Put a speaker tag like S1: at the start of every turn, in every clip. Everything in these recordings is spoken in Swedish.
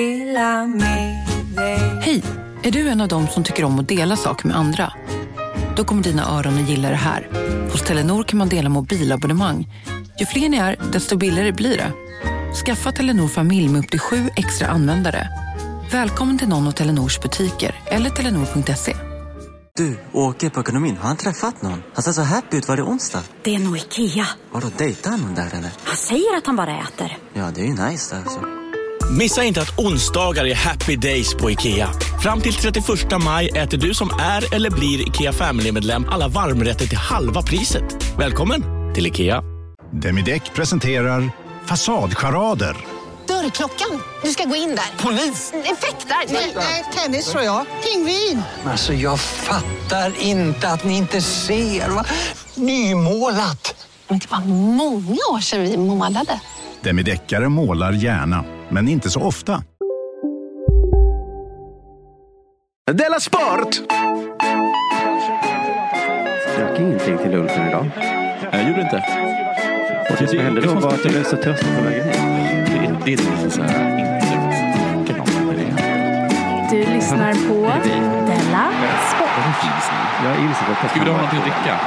S1: dela med dig.
S2: Hej! Är du en av dem som tycker om att dela saker med andra? Då kommer dina öron att gilla det här. Hos Telenor kan man dela mobilabonnemang. Ju fler ni är, desto billigare blir det. Skaffa Telenor familj med upp till sju extra användare. Välkommen till någon av Telenors butiker eller telenor.se.
S3: Du, åker på ekonomin. Har han träffat någon? Han ser så happy ut. Var det onsdag?
S4: Det är nog Ikea.
S3: Har du dejtar han någon där eller?
S4: Han säger att han bara äter.
S3: Ja, det är ju nice där alltså.
S5: Missa inte att onsdagar är happy days på IKEA. Fram till 31 maj äter du som är eller blir IKEA Family-medlem alla varmrätter till halva priset. Välkommen till IKEA.
S6: Demideck presenterar Fasadcharader.
S7: Dörrklockan. Du ska gå in där. Polis? Effektar? Nej, tennis tror jag. Pingvin.
S8: Alltså jag fattar inte att ni inte ser. Va? Nymålat.
S7: Men det var många år sedan vi målade.
S6: Demideckare målar gärna, men inte så ofta.
S9: Della Sport!
S10: drack ingenting till lunchen idag.
S11: Jag gjorde inte.
S10: Och det som hände då var att jag blev så törstig på vägen hem.
S11: Det, det är liksom så här... inte kanon, det är-
S12: Du lyssnar på Della Sport.
S10: Jag är ilsken på
S11: Ska vi då ha någonting att dricka?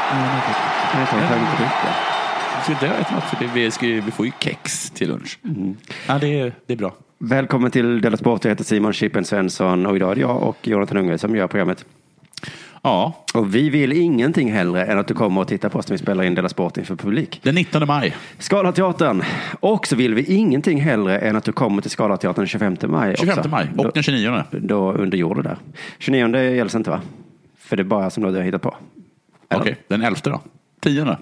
S10: Jag vet inte, jag kan inte dricka.
S11: Så det har jag tagit, för det, vi, ska, ju- vi får ju kex till lunch. Ja, det, är- det är bra.
S10: Mm. Välkommen till Della Sport. Jag heter Simon Chippen Svensson och idag är det jag och Jonathan Unge som gör programmet.
S11: Ja,
S10: Och vi vill ingenting hellre än att du kommer och tittar på oss när vi spelar in Della Sport inför publik.
S11: den 19 maj.
S10: Scalateatern. Och så vill vi ingenting hellre än att du kommer till Scalateatern den 25 maj.
S11: 25
S10: också.
S11: maj
S10: Då-
S11: och den 29.
S10: Då under jorden där. 29 gälls inte va? För det är bara som du har hittat på.
S11: Okej, den 11 då? 10.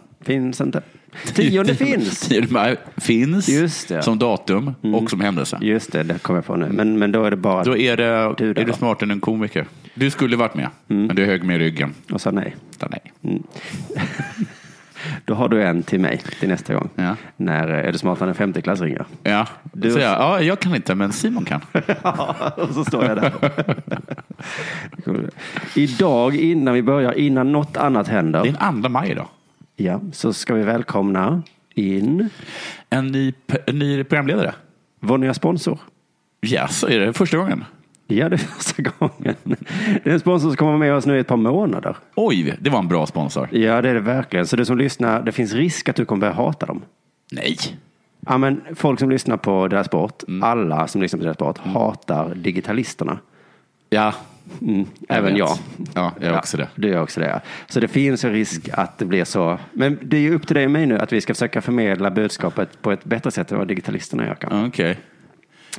S10: Finns inte. Tionde finns.
S11: 10 maj finns
S10: Just det. Mm.
S11: som datum och som händelse.
S10: Just det, det kommer jag på nu. Men, men då är det bara
S11: Då är, det,
S10: Du där
S11: är du
S10: då? Mm.
S11: smartare än en komiker. Du skulle varit med, men du är hög med i ryggen.
S10: och sa nej. Mm.
S11: Så Nej.
S10: Då har du en till mig till nästa gång.
S11: Ja.
S10: När eh, är du smartare än en femteklass ringer?
S11: Ja.
S10: Du-
S11: Så jag, ja, jag kan inte, men Simon kan.
S10: Ja, och så står jag där. Idag innan vi börjar, innan något annat
S11: Det
S10: händer,
S11: är den 2 maj idag.
S10: ja, så ska vi välkomna in
S11: En ny, p- en ny programledare.
S10: vår nya sponsor.
S11: Ja, så är det första gången.
S10: Ja, det är första gången. Det är en sponsor som kommer med oss nu i ett par månader.
S11: Oj, det var en bra sponsor.
S10: Ja, det är det verkligen. Så du som lyssnar, det finns risk att du kommer börja hata dem.
S11: Nej. Mm.
S10: Ja, men folk som lyssnar på deras sport, alla som lyssnar på deras sport, hatar digitalisterna.
S11: Ja,
S10: Mm,
S11: Jag
S10: även
S11: vet.
S10: jag.
S11: Ja, jag också det.
S10: Du gör också det, ja. Så det finns en risk att det blir så. Men det är ju upp till dig och mig nu att vi ska försöka förmedla budskapet på ett bättre sätt än vad digitalisterna gör. kanske.
S11: okej.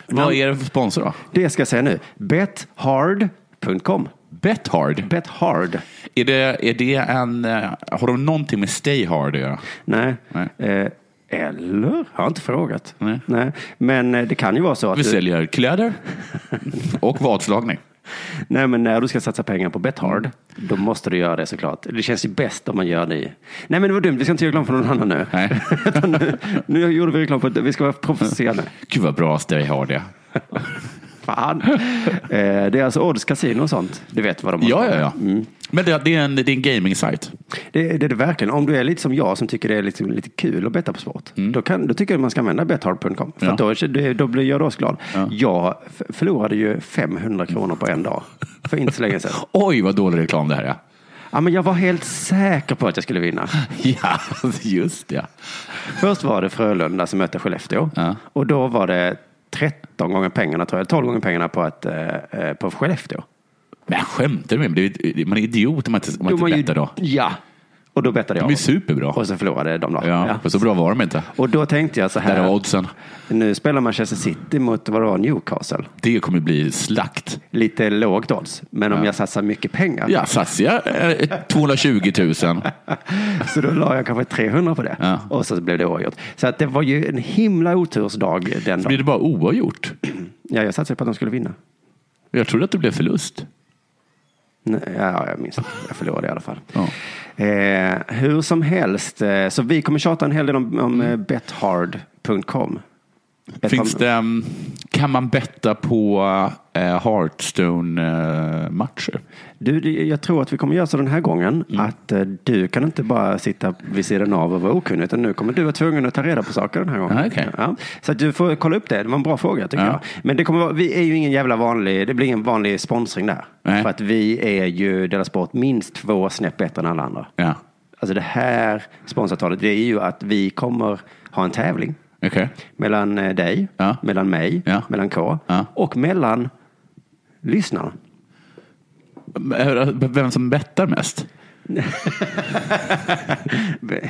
S11: Vad är det för sponsor då?
S10: Det ska jag säga nu. Bethard.com.
S11: Bethard.
S10: Bethard.
S11: Är det, är det en, eh, har de någonting med Stay Hard att göra?
S10: Nej.
S11: Nej.
S10: Eh, eller? Har jag inte frågat.
S11: Nej.
S10: Men eh, det kan ju vara så att
S11: Vi
S10: du,
S11: säljer kläder och vadslagning.
S10: nej, men när du ska satsa pengar på Bethard, då måste du göra det såklart. Det känns ju bäst om man gör det i... Nej, men det var dumt. Vi ska inte göra reklam för någon annan nu.
S11: Nej.
S10: Utan nu, nu gjorde vi reklam för att vi ska vara proffsiga nu.
S11: Gud vad bra Stay Hard är.
S10: Fan. Eh, det är alltså odds kasino och sånt. Du vet vad de har.
S11: Ja, ja, ja. Men det, det, är en, det är en gaming-sajt.
S10: Det, det är det verkligen. Om du är lite som jag som tycker det är liksom lite, lite kul att betta på sport. Då, kan, då tycker jag man ska använda bethard.com. För
S11: Mm. Ja.
S10: att då, är det- då blir jag då glad. Jag f- förlorade ju 500 kronor på en dag. För inte så länge sedan.
S11: Oj, vad dålig reklam det här är.
S10: Ja, men jag var helt säker på att jag skulle vinna.
S11: Ja, just det.
S10: Först var det Frölunda som mötte Skellefteå.
S11: Ja.
S10: Och då var det 13 gånger pengarna, tror jag. 12 gånger pengarna på, att, eh, eh, på Skellefteå.
S11: Men jag skämtar med mig. Det är- Man är idiot om man inte, om man
S10: Då
S11: inte
S10: man ju-
S11: bettar då.
S10: Ja. Och då bettade jag.
S11: De är superbra.
S10: Och så förlorade de då.
S11: Ja,
S10: Ja.
S11: så bra var de inte.
S10: Och då tänkte jag så
S11: Där är
S10: här.
S11: oddsen.
S10: Nu spelar Manchester City mot vad det var, Newcastle.
S11: Det kommer bli slakt.
S10: Lite lågt odds. Men om jag satsar mycket pengar.
S11: Ja, satsar jag eh, 220 000.
S10: Så då la jag kanske 300 på det.
S11: Ja.
S10: Och så blev det oavgjort. Så att det var ju en himla otursdag den
S11: Så blir
S10: dagen.
S11: det bara oavgjort.
S10: Ja, jag satsade på att de skulle vinna.
S11: Jag trodde att det blev förlust.
S10: Nej, Ja, jag minns inte. Jag förlorade i alla fall.
S11: Ja.
S10: Eh, eh, hur som helst, eh, så vi kommer tjata en hel del om, om mm. bethard.com. Finns det, mm, kan man betta på eh, Hearthstone-matcher? Mm.
S7: Du, det- jag tror att vi kommer göra så den här gången att eh, du kan inte bara sitta vid sidan av och vara okunnig utan nu kommer du vara tvungen att ta reda på saker den här gången. Ja. Så att du får kolla upp det. Det var en bra fråga tycker
S10: Ah, Ja.
S7: jag. Men det kommer vara, vi är ju ingen jävla vanlig, det blir ingen vanlig sponsring där. För att vi är ju Della Sport minst två snäpp bättre än alla andra. Alltså det här sponsoravtalet, det är ju att vi kommer ha en tävling. Mellan eh, dig, mellan mig, mellan K och mellan lyssnarna.
S10: Vem som bettar mest?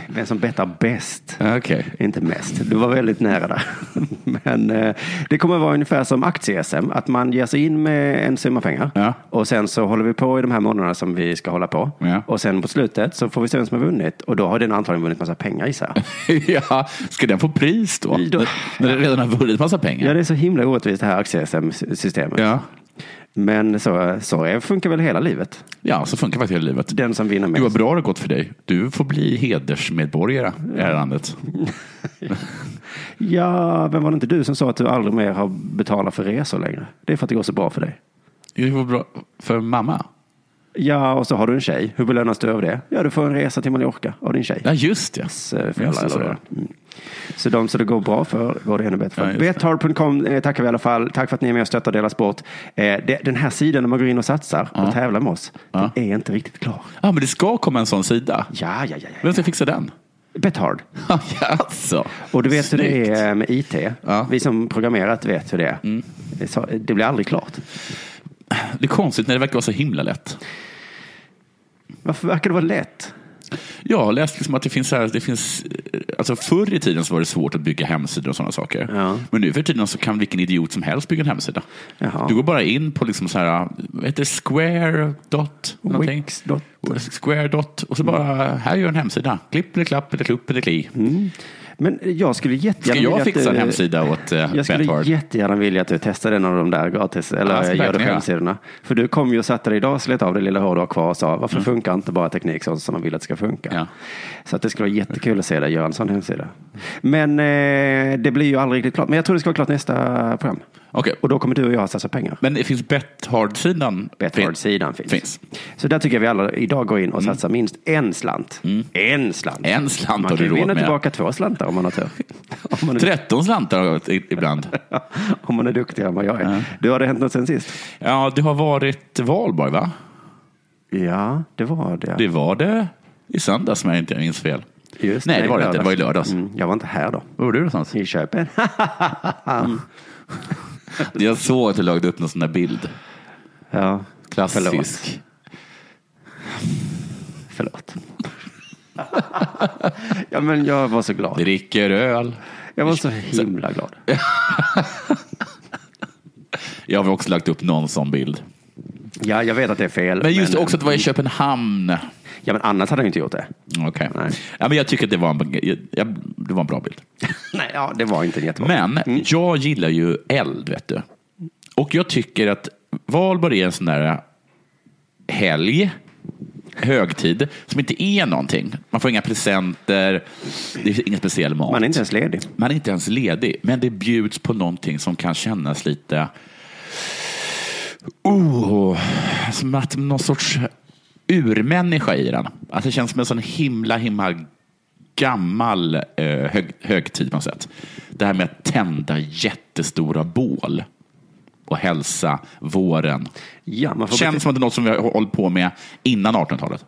S7: Vem som bettar bäst. Inte mest. Du var väldigt nära där. Men eh, det kommer vara ungefär som aktie-SM. Att man ger sig in med en summa pengar. Och sen så håller vi på i de här månaderna som vi ska hålla på. Och sen på slutet så får vi se vem som har vunnit. Och då har den antagligen vunnit massa pengar gissar jag.
S10: ja, ska den få pris då? När- När den redan har vunnit massa pengar?
S7: Ja, det är så himla orättvist det här aktie-SM-systemet. Men så, så är- funkar väl hela livet?
S10: Ja, så funkar faktiskt hela livet.
S7: Den som vinner mest.
S10: Du, vad bra det har gått för dig. Du får bli hedersmedborgare i det här landet.
S7: Ja, vem var det inte du som sa att du aldrig mer har betalat för resor längre? Det är för att det går så bra för dig.
S10: Det var bra för mamma.
S7: Ja, och så har du en tjej. Hur belönas du av det? Ja, du får en resa till Mallorca av din tjej. eh,
S10: Ja, just det.
S7: Föräldrar,
S10: Just det,
S7: eller
S10: så
S7: vad det
S10: var
S7: är. Mm. Så de som det går bra för går det ännu bättre för.
S10: Ja, just
S7: Betthard.com eh, tackar vi i alla fall. Tack för att ni är med och stöttar Dela Sport. Eh, det, den här sidan när man går in och satsar och tävlar med oss, den är inte riktigt klar.
S10: Ja, men det ska komma en sån sida.
S7: Ja, ja, ja. ja.
S10: Vem ska fixa den?
S7: Bethard.
S10: alltså.
S7: Och du vet hur det är med IT. Vi som programmerat vet hur det är. Så, eh, det blir aldrig klart.
S10: Mm. Det är konstigt när det verkar vara så himla lätt.
S7: Varför verkar det vara lätt?
S10: Jag har läst liksom att det finns, så här, det finns, eh, alltså förr i tiden så var det svårt att bygga hemsidor och sådana saker. Men nu för tiden så kan vilken idiot som helst bygga en hemsida. Du går bara in på liksom så här, vad heter det, square dot, någonting? Square dot och så bara, här gör en hemsida. Klipp eller klapp eller klupp eller kli.
S7: Men jag skulle
S10: Ska
S7: jättegärna vilja
S10: jag
S7: att
S10: fixa en
S7: du-
S10: hemsida åt eh,
S7: Jag skulle
S10: Bethard?
S7: jättegärna vilja att du testade en av de där gratis,
S10: Ja, jag
S7: eller
S10: ska
S7: gör det
S10: verkligen
S7: hemsidorna. För du kom ju och satte dig idag och slet av det lilla hår du har kvar och sa varför
S10: Mm.
S7: funkar inte bara teknik så som man vill att det ska funka? Så att det skulle vara jättekul att se dig göra en sån hemsida.
S10: Mm.
S7: Men eh, det blir ju aldrig riktigt klart. Men jag tror det ska vara klart nästa program. Och då kommer du och jag att satsa pengar.
S10: Men det finns Bethard-sidan?
S7: Bethard-sidan finns. Så där tycker jag vi alla idag går in och satsar minst en slant. En slant.
S10: Mm. En slant
S7: Man
S10: har
S7: kan
S10: du
S7: ju
S10: råd
S7: vinna
S10: med.
S7: tillbaka två slantar om man har tur. Om man är-
S10: 13 slantar har jag gått i- ibland.
S7: Om man är duktigare än vad jag är. Du, har det hänt något sen sist?
S10: Ja, det har varit valborg va?
S7: Ja, det var det.
S10: Det var det i söndags om jag inte minns fel. nej, det var det inte. Det var i lördags.
S7: Mm, jag var inte här då.
S10: Var var du någonstans?
S7: I Köpen.
S10: Jag såg att du lagde upp någon sån där bild.
S7: Ja.
S10: Klassisk.
S7: Förlåt. ja, men jag var så glad.
S10: Dricker öl.
S7: Jag var så himla glad.
S10: Jag har också lagt upp någon sån bild.
S7: Ja, jag vet att det är fel.
S10: Men just också att det var i Köpenhamn.
S7: Ja, men annars hade jag inte gjort det.
S10: Okej. Ja, men jag tycker att det var en, jag, det var en bra bild.
S7: Nej, ja, det var inte en jättebra Mm.
S10: Men jag gillar ju eld, vet du. Och jag tycker att valborg är en sån där helg, högtid, som inte är någonting. Man får inga presenter, det är ingen speciell mat. Man är
S7: inte ens ledig.
S10: Man är inte ens ledig, men det bjuds på någonting som kan kännas lite... Oh, som att någon sorts urmänniska i den. Att det känns som en sån himla, himla gammal eh, hög, högtid på något sätt. Det här med att tända jättestora bål och hälsa våren.
S7: Ja, man får
S10: Känns
S7: bete-
S10: som att det är något som vi har hållit på med innan 1800-talet.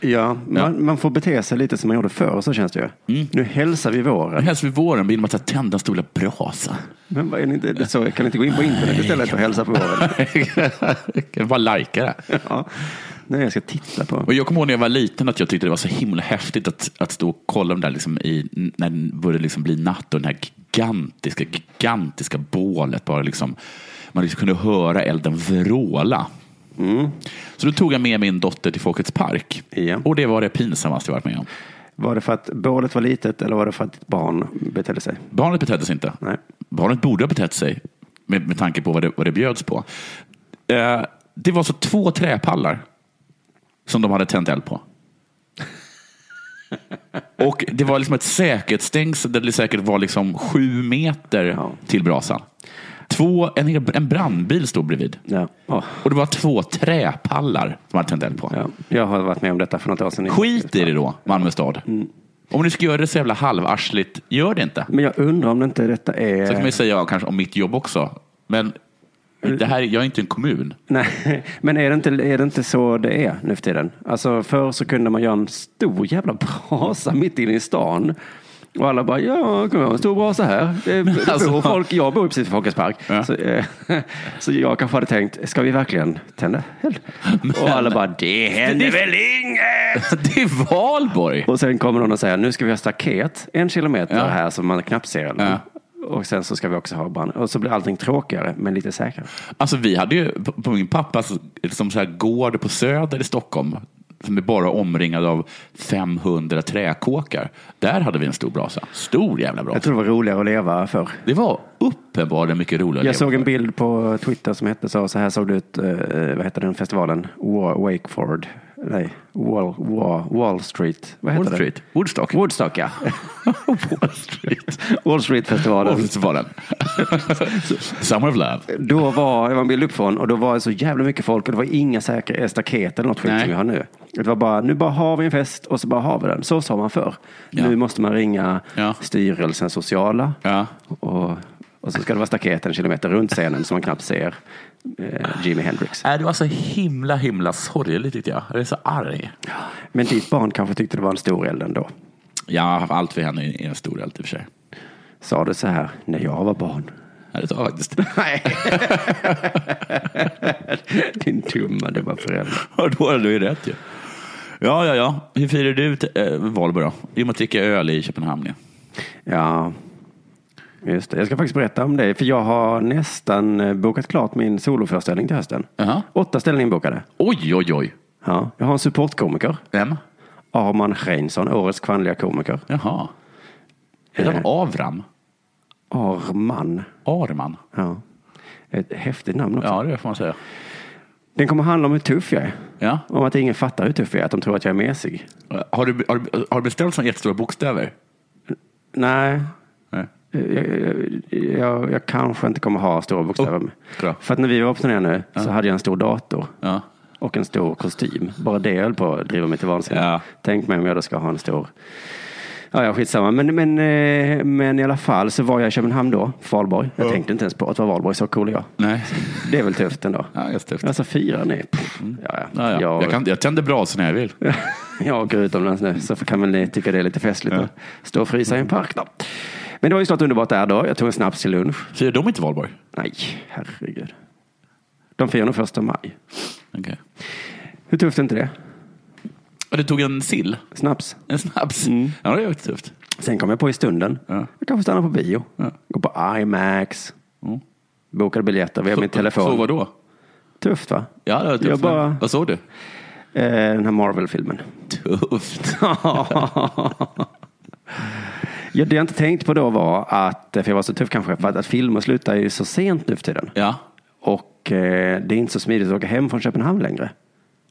S7: Ja, man, man får bete sig lite som man gjorde förr, så känns det ju. Nu hälsar vi
S10: Mm. Nu
S7: våren.
S10: hälsar vi våren genom att tända en stor brasa.
S7: Men vad är ni inte, så, kan ni inte gå in på internet istället och hälsa på våren?
S10: Jag kan bara lajka det.
S7: Nej, jag ska titta på.
S10: Och jag kommer ihåg när jag var liten att jag tyckte det var så himla häftigt att, att stå och kolla om där liksom i, när det började liksom bli natt och den här gigantiska, gigantiska bålet bara liksom, man liksom kunde höra elden vråla.
S7: Mm.
S10: Så då tog jag med min dotter till Folkets park. Och det var det pinsammaste jag varit med om.
S7: Var det för att bålet var litet eller var det för att ditt barn betedde sig?
S10: Barnet betedde sig inte. Barnet borde ha betett sig med, med tanke på vad det, vad det bjöds på. Eh, det var så två träpallar som de hade tänt eld på.
S8: Och det var liksom ett säkerhetsstängsel där det säkert var liksom sju meter till brasan. Två, en, hel- en brandbil stod bredvid. Och det var två träpallar som hade tänt eld på.
S10: Jag har varit med om detta för något år sedan. Mm.
S8: Skit i det då, Malmö stad. Om du ska göra det så jävla halvarsligt, gör det inte.
S10: Men jag undrar om det inte detta är...
S8: Så kan man ju säga ja, kanske om mitt jobb också. Men det här, jag är inte en kommun.
S10: Nej, men är det, inte, är det inte så det är nu för tiden? Alltså förr så kunde man göra en stor jävla brasa mitt inne i stan. Och alla bara, ja, kom ihåg, en stor brasa här. Det, det
S8: Alltså,
S10: bor folk, jag bor ju precis vid Folkets park. Så, eh, så jag kanske hade tänkt, ska vi verkligen tända eld? Och alla bara, det händer väl inget!
S8: det är valborg!
S10: Och sen kommer någon och säger, nu ska vi ha staket en kilometer här som man knappt ser. eller? Och sen så ska vi också ha brand. Och så blir allting tråkigare, men lite säkrare.
S8: Alltså vi hade ju på- på min pappas liksom så här gård på Söder i Stockholm som är bara omringad av 500 träkåkar. Där hade vi en stor brasa. Stor jävla brasa.
S10: Jag tror det var roligare att leva förr.
S8: Det var uppenbarligen mycket roligare.
S10: Jag
S8: att leva.
S10: såg en bild på Twitter som hette så, så här såg det ut, eh, vad heter den festivalen? Wa- Wakeford. Nej, Wall, Wall, Wall Street. Vad heter
S8: Wall
S10: den?
S8: Street. Woodstock.
S10: Woodstock, ja.
S8: Wall Street.
S10: Wall Street-festivalen.
S8: Wall Summer of Love.
S10: Då var, det var en bild uppifrån och då var det så jävla mycket folk och det var inga säkra staket eller något skit som vi har nu. Det var bara, nu bara har vi en fest och så bara har vi den. Så sa man förr. Nu måste man ringa styrelsen sociala och, och så ska det vara staket en kilometer runt scenen som man knappt ser eh, Jimi Hendrix.
S8: Nej, Äh, det var så himla, himla sorgligt tyckte jag. Jag är så arg.
S10: Men ditt barn kanske tyckte det var en stor eld ändå.
S8: Ja, allt för henne är en stor eld i och för sig.
S10: Sa du så här, när jag var barn?
S8: Nej, det sa jag faktiskt.
S10: Nej. Din dumma dumma förälder.
S8: Ja, då har du ju rätt ju. Ja, ja, ja. Hur firar du till, eh, Valborg då? Genom att dricka öl i Köpenhamn. Ja.
S10: Ja, just det. Jag ska faktiskt berätta om det. För jag har nästan eh, bokat klart min soloföreställning till hösten. Åtta ställningar bokade.
S8: Oj, oj, oj.
S10: Ja, jag har en supportkomiker.
S8: Vem?
S10: Arman Reinsson, årets kvinnliga komiker. Eh.
S8: Jaha. Är det Avram?
S10: Arman.
S8: Arman?
S10: Ja. Ett häftigt namn också.
S8: Ja, det får man säga.
S10: Den kommer handla om hur tuff jag är.
S8: Ja.
S10: Om att ingen fattar hur tuff jag är, att de tror att jag är mesig.
S8: Eh, Har du, har, du- har du beställt sådana jättestora bokstäver?
S10: Nej.
S8: Nej.
S10: Jag, jag, jag, jag kanske inte kommer ha stora bokstäver.
S8: Oh,
S10: För att när vi var på turné nu så hade jag en stor dator. Och en stor kostym. Bara det höll på att driva mig till vansinne. Tänk mig om jag då ska ha en stor... Ja, ja, skitsamma. Men, men, eh, men i alla fall så var jag i Köpenhamn då, Valborg. Jag tänkte inte ens på att det var Valborg, så cool är jag.
S8: Nej.
S10: Det är väl tufft ändå.
S8: Ja, just tufft. Mm.
S10: Alltså firar ni? Pff, Ja, ja.
S8: Ja, ja. Jag, kan, jag tänder brasan när jag vill.
S10: jag åker utomlands nu så kan väl ni tycka det är lite festligt att stå och frysa i en park då. Men det var ju såklart underbart där då. Jag tog en snaps till lunch.
S8: Firar de inte valborg?
S10: Nej, herregud. De firar nog första maj.
S8: Okej.
S10: Hur tufft är inte det?
S8: Ja, Du tog en sill?
S10: Snaps. Mm.
S8: En snaps? Ja, det är ju tufft.
S10: Sen kom jag på i stunden. Jag kanske stannar på bio. Gå på IMAX. Bokade biljetter via min telefon.
S8: Mm. Så vad då?
S10: Tufft va?
S8: Ja, det var
S10: Jag
S8: tufft.
S10: bara-
S8: Vad såg du?
S10: Eh, den här Marvel-filmen.
S8: Tufft.
S10: ja, det jag inte tänkt på då var att, för jag var så tuff kanske, för att, att filmer slutar ju så sent nu för tiden.
S8: Ja.
S10: Och eh, det är inte så smidigt att åka hem från Köpenhamn längre.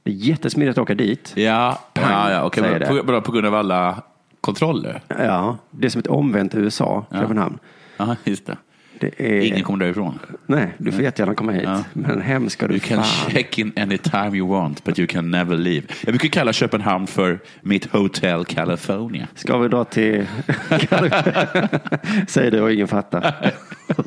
S10: Det är jättesmidigt att åka dit.
S8: Ja, ja, ja okej.
S10: säger
S8: men
S10: det.
S8: På, bara på grund av alla kontroller?
S10: Ja, det är som ett omvänt USA, Köpenhamn.
S8: Ja, just det.
S10: Det är...
S8: Ingen kommer därifrån.
S10: Nej, du får jättegärna komma hit.
S8: Ja.
S10: Men hem ska du
S8: You can
S10: fan.
S8: check in anytime you want, but you can never leave. Jag brukar kalla Köpenhamn för mitt Hotel California.
S10: Ska vi dra till... Säg det och ingen fattar.
S8: Jag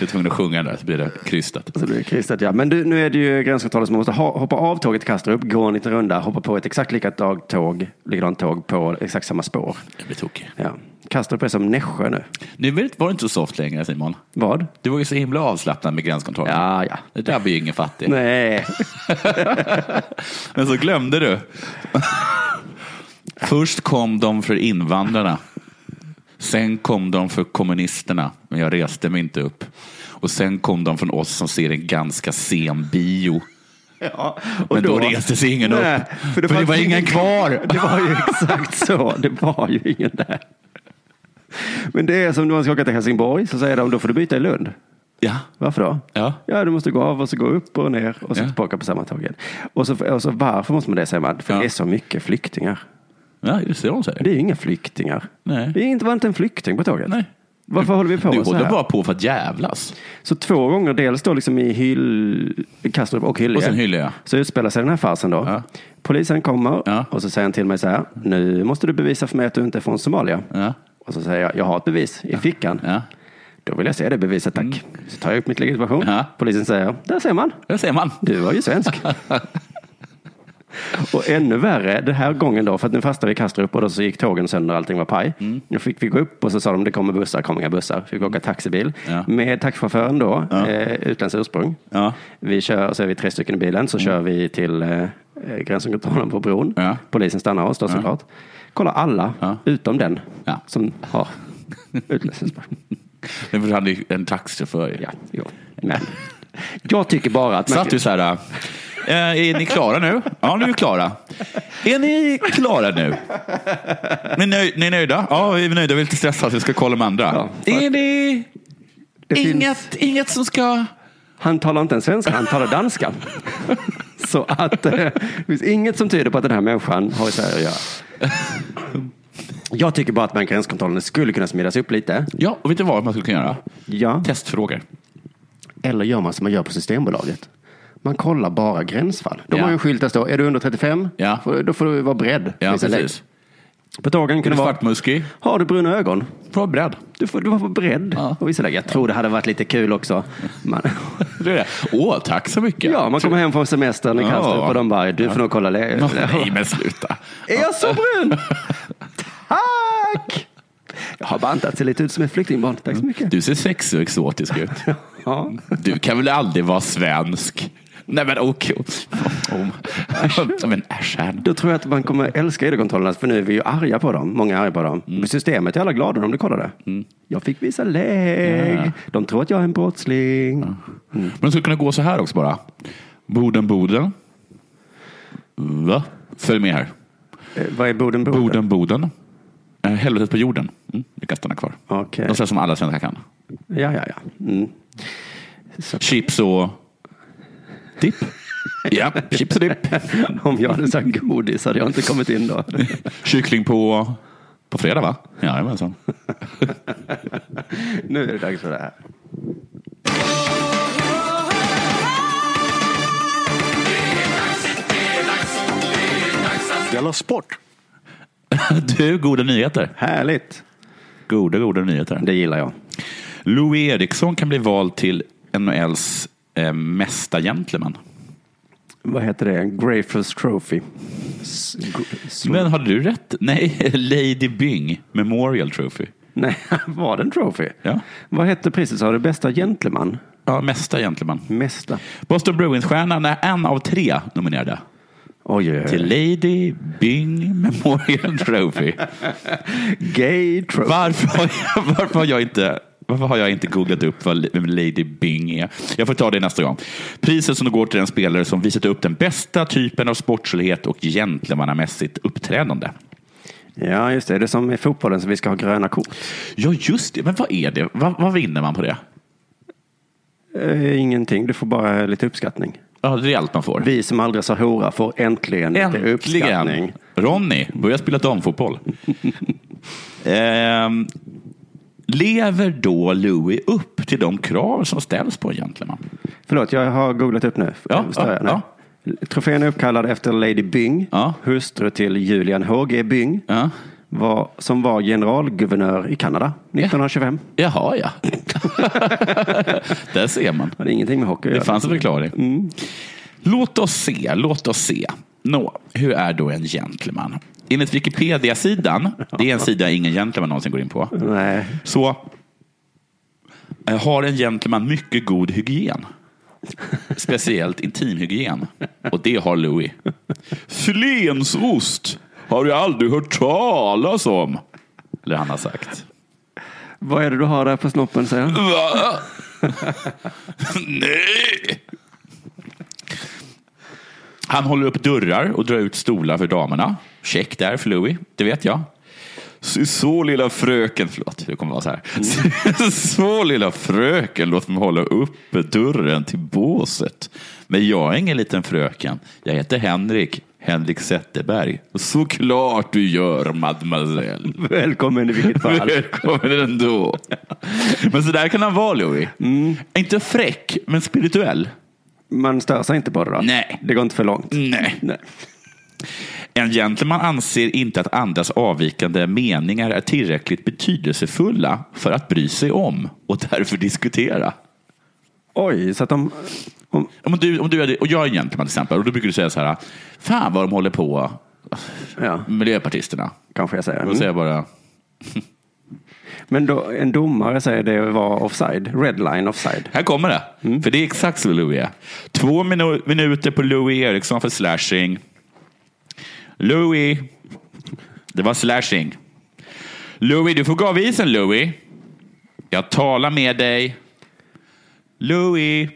S8: är tvungen att sjunga där, så blir det krystat.
S10: Så det är kristet, ja. Men du, nu är det ju gränskontroller som man måste ha, hoppa av tåget till Kastrup, gå en liten runda, hoppa på ett exakt likadant tåg, likadant tåg på exakt samma spår.
S8: Jag blir tokig.
S10: Ja. Kastrup är som Nässjö nu.
S8: Nu var det inte så soft längre, Simon.
S10: Vad?
S8: Du var ju så himla avslappnad med gränskontrollen.
S10: Ja, ja.
S8: Det där blir ju ingen fattig.
S10: Nej.
S8: Men så glömde du. Först kom de för invandrarna. Sen kom de för kommunisterna, men jag reste mig inte upp. Och sen kom de från oss som ser en ganska sen bio.
S10: Ja,
S8: Men då reste sig ingen upp. För det var ingen kvar.
S10: Det var ju exakt så. Det var ju ingen där. Men det är som när man ska åka till Helsingborg så säger de då får du byta i Lund.
S8: Ja.
S10: Varför då?
S8: Ja.
S10: du måste gå av och så gå upp och ner och så
S8: Ja.
S10: tillbaka på samma tåg igen. Och så, och så varför måste man det säger man? För det är så mycket flyktingar. Ja, det ser hon säger.
S7: Det är ju inga flyktingar.
S10: Nej.
S7: Det är inte, var inte en flykting på tåget. Nej. Varför håller vi på
S10: Du
S7: så
S10: håller
S7: här?
S10: bara på för att jävlas.
S7: Så två gånger, dels då liksom i hyll, Kastrup och Hyllie.
S10: Och sen Hyllie, ja.
S7: Så utspelar sig den här farsen då. Polisen kommer och så säger han till mig så här. Nu måste du bevisa för mig att du inte är från Somalia. Och så säger jag, jag har ett bevis i fickan. Då vill jag se det beviset, tack. Så tar jag upp mitt legitimation. Polisen säger, där ser man.
S10: Mm. Där ser man.
S7: Du var ju svensk. Och ännu värre den här gången då, för att nu fastnade vi i Kastrup och då så gick tågen sönder och allting var paj. Då fick vi gå upp och så sa de det kommer bussar, kommer inga bussar. Fick vi åka taxibil med taxichauffören då, eh, utländskt ursprung. Vi kör, så är vi tre stycken i bilen, så kör vi till eh, gränskontrollen på bron. Polisen stannar oss då såklart. Kollar alla, utom den som har utländskt ursprung.
S10: Men du hade ju en taxichaufför.
S7: Ja, jo. Men jag tycker bara att...
S10: Satt du så här, eh, är ni klara nu? Ja, nu är vi klara. Är ni klara nu? Ni är, nöj, ni är nöjda? Ja, vi är nöjda. Vi är lite stressade, så vi ska kolla med andra. är ni... Inget, inget som ska...
S7: Han talar inte ens svenska, han talar danska. så att eh, det finns inget som tyder på att den här människan har i Sverige att göra. Jag tycker bara att man gränskontrollen skulle kunna smidas upp lite.
S10: Ja, och vet du vad man skulle kunna göra?
S7: Ja.
S10: Testfrågor.
S7: Eller gör man som man gör på Systembolaget. Man kollar bara gränsfall. De
S10: Ja.
S7: har ju en skylt där står, är du under 35?
S10: Ja.
S7: Får- Då får du vara beredd.
S10: Ja,
S7: Finns en
S10: precis.
S7: lek. På tågen kunde
S10: Är du
S7: vara...
S10: Svartmuskig.
S7: Har du bruna ögon?
S10: Var beredd.
S7: Du får, du får vara beredd. Och vissa lägen. Jag tror det hade varit lite kul också. Man...
S10: Det är det. Åh, tack så mycket.
S7: Ja, man kommer hem från semestern i Kastrup
S10: Ja.
S7: och de bara, du får nog kolla le-
S10: Nej, men sluta.
S7: Är jag så brun? Tack! Jag har bantat, ser lite ut som ett flyktingbarn. Tack så mycket.
S10: Du ser sexig och exotisk ut.
S7: Ja.
S10: Du kan väl aldrig vara svensk? Nej men okej. Oh. Men äsch här.
S7: Då tror jag att man kommer älska id-kontrollerna, för nu är vi ju arga på dem. Många är arga på
S10: Mm.
S7: dem. Systemet är alla glada när de blir kollade. Jag fick visa lägg.
S10: Ja.
S7: De tror att jag är en brottsling. Mm.
S10: Men det skulle kunna gå så här också bara. Boden, Boden. Va? Följ med här.
S7: Eh, vad är Boden, Boden?
S10: Boden, Boden. Eh, helvetet på jorden. Mm, vi kan stanna kvar.
S7: Okej.
S10: De säger som alla svenskar kan.
S7: Ja, ja, ja. Mm.
S10: Chips och dipp. ja, chips och dipp.
S7: Om jag hade sagt godis hade jag inte kommit in då.
S10: Kyckling på, på fredag va? Jajamensan.
S7: nu är det dags för det här.
S9: Della Sport.
S10: Du, goda nyheter.
S7: Härligt.
S10: Goda, goda nyheter.
S7: Det gillar jag.
S10: Louis Eriksson kan bli vald till NHLs eh, mesta gentleman.
S7: Vad heter det? Grapefruits Trophy. S- gr- s-
S10: Men hade du rätt? Nej, Lady Byng Memorial Trophy.
S7: Nej, var det en trophy?
S10: Ja.
S7: Vad hette priset sa du? Bästa gentleman?
S10: Ja, mesta gentleman.
S7: Mesta.
S10: Boston Bruins-stjärnan är en av tre nominerade
S7: Oj, oj, oj.
S10: till Lady Byng Memorial Trophy.
S7: Gay trophy.
S10: Varför har jag, varför har jag inte varför har jag inte googlat upp vad vem Lady Byng är? Jag får ta det nästa gång. Priset som går till den spelare som visat upp den bästa typen av sportslighet och gentlemannamässigt uppträdande.
S7: Ja, just det. Det är som i fotbollen, så vi ska ha gröna kort.
S10: Ja, just det. Men vad är det? Vad, vad vinner man på det?
S7: Eh, ingenting. Du får bara lite uppskattning.
S10: Ja, det är allt man får.
S7: Vi som aldrig sa hora får äntligen, lite uppskattning.
S10: Ronny, börja spela damfotboll. Ehm, lever då Louis upp till de krav som ställs på en gentleman?
S7: Förlåt, jag har googlat upp nu.
S10: Ja,
S7: Stör jag?
S10: ja,
S7: Nej.
S10: ja.
S7: Trofén är uppkallad efter Lady Byng, hustru till Julian H.G. Byng, var, som var generalguvernör i Kanada 1925.
S10: Jaha, ja. Där ser man.
S7: Det är ingenting med hockey att göra.
S10: Det
S7: Mm.
S10: fanns en förklaring. Låt oss se, låt oss se. Nå, hur är då en gentleman? Enligt Wikipedia-sidan, det är en sida ingen gentleman någonsin går in på,
S7: Nej.
S10: så eh, har en gentleman mycket god hygien. Speciellt intimhygien. Och det har Louis. Flensost har jag aldrig hört talas om. Eller han har sagt.
S7: Vad är det du har där på snoppen, säger han?
S10: Va? Nej! Han håller upp dörrar och drar ut stolar för damerna. Check där för Louis, det vet jag. Så, så lilla fröken, förlåt, det kommer vara så här. Mm. Så lilla fröken, låt mig hålla upp dörren till båset. Men jag är ingen liten fröken. Jag heter Henrik. Henrik Zetterberg. Såklart du gör, mademoiselle.
S7: Välkommen i vilket fall.
S10: Välkommen ändå. men så där kan han vara, Louis. Inte fräck, men spirituell.
S7: Man stör sig inte på det då?
S10: Nej.
S7: Det går inte för långt?
S10: Nej. En gentleman anser inte att andras avvikande meningar är tillräckligt betydelsefulla för att bry sig om och därför diskutera.
S7: Oj, så att de... Om,
S10: du, om du är, och jag är en gentleman till exempel och då brukar du säga så här, fan vad de håller på, miljöpartisterna.
S7: Kanske jag säger. Mm.
S10: Och då säger jag bara,
S7: Men då, en domare säger det var offside. Red line offside. Mm.
S10: Här kommer det. För det är exakt så Louis är. Två minu- minuter på Louis Eriksson för slashing. Louis, det var slashing. Louis, du får gå av isen Louis. Jag talar med dig. Louis.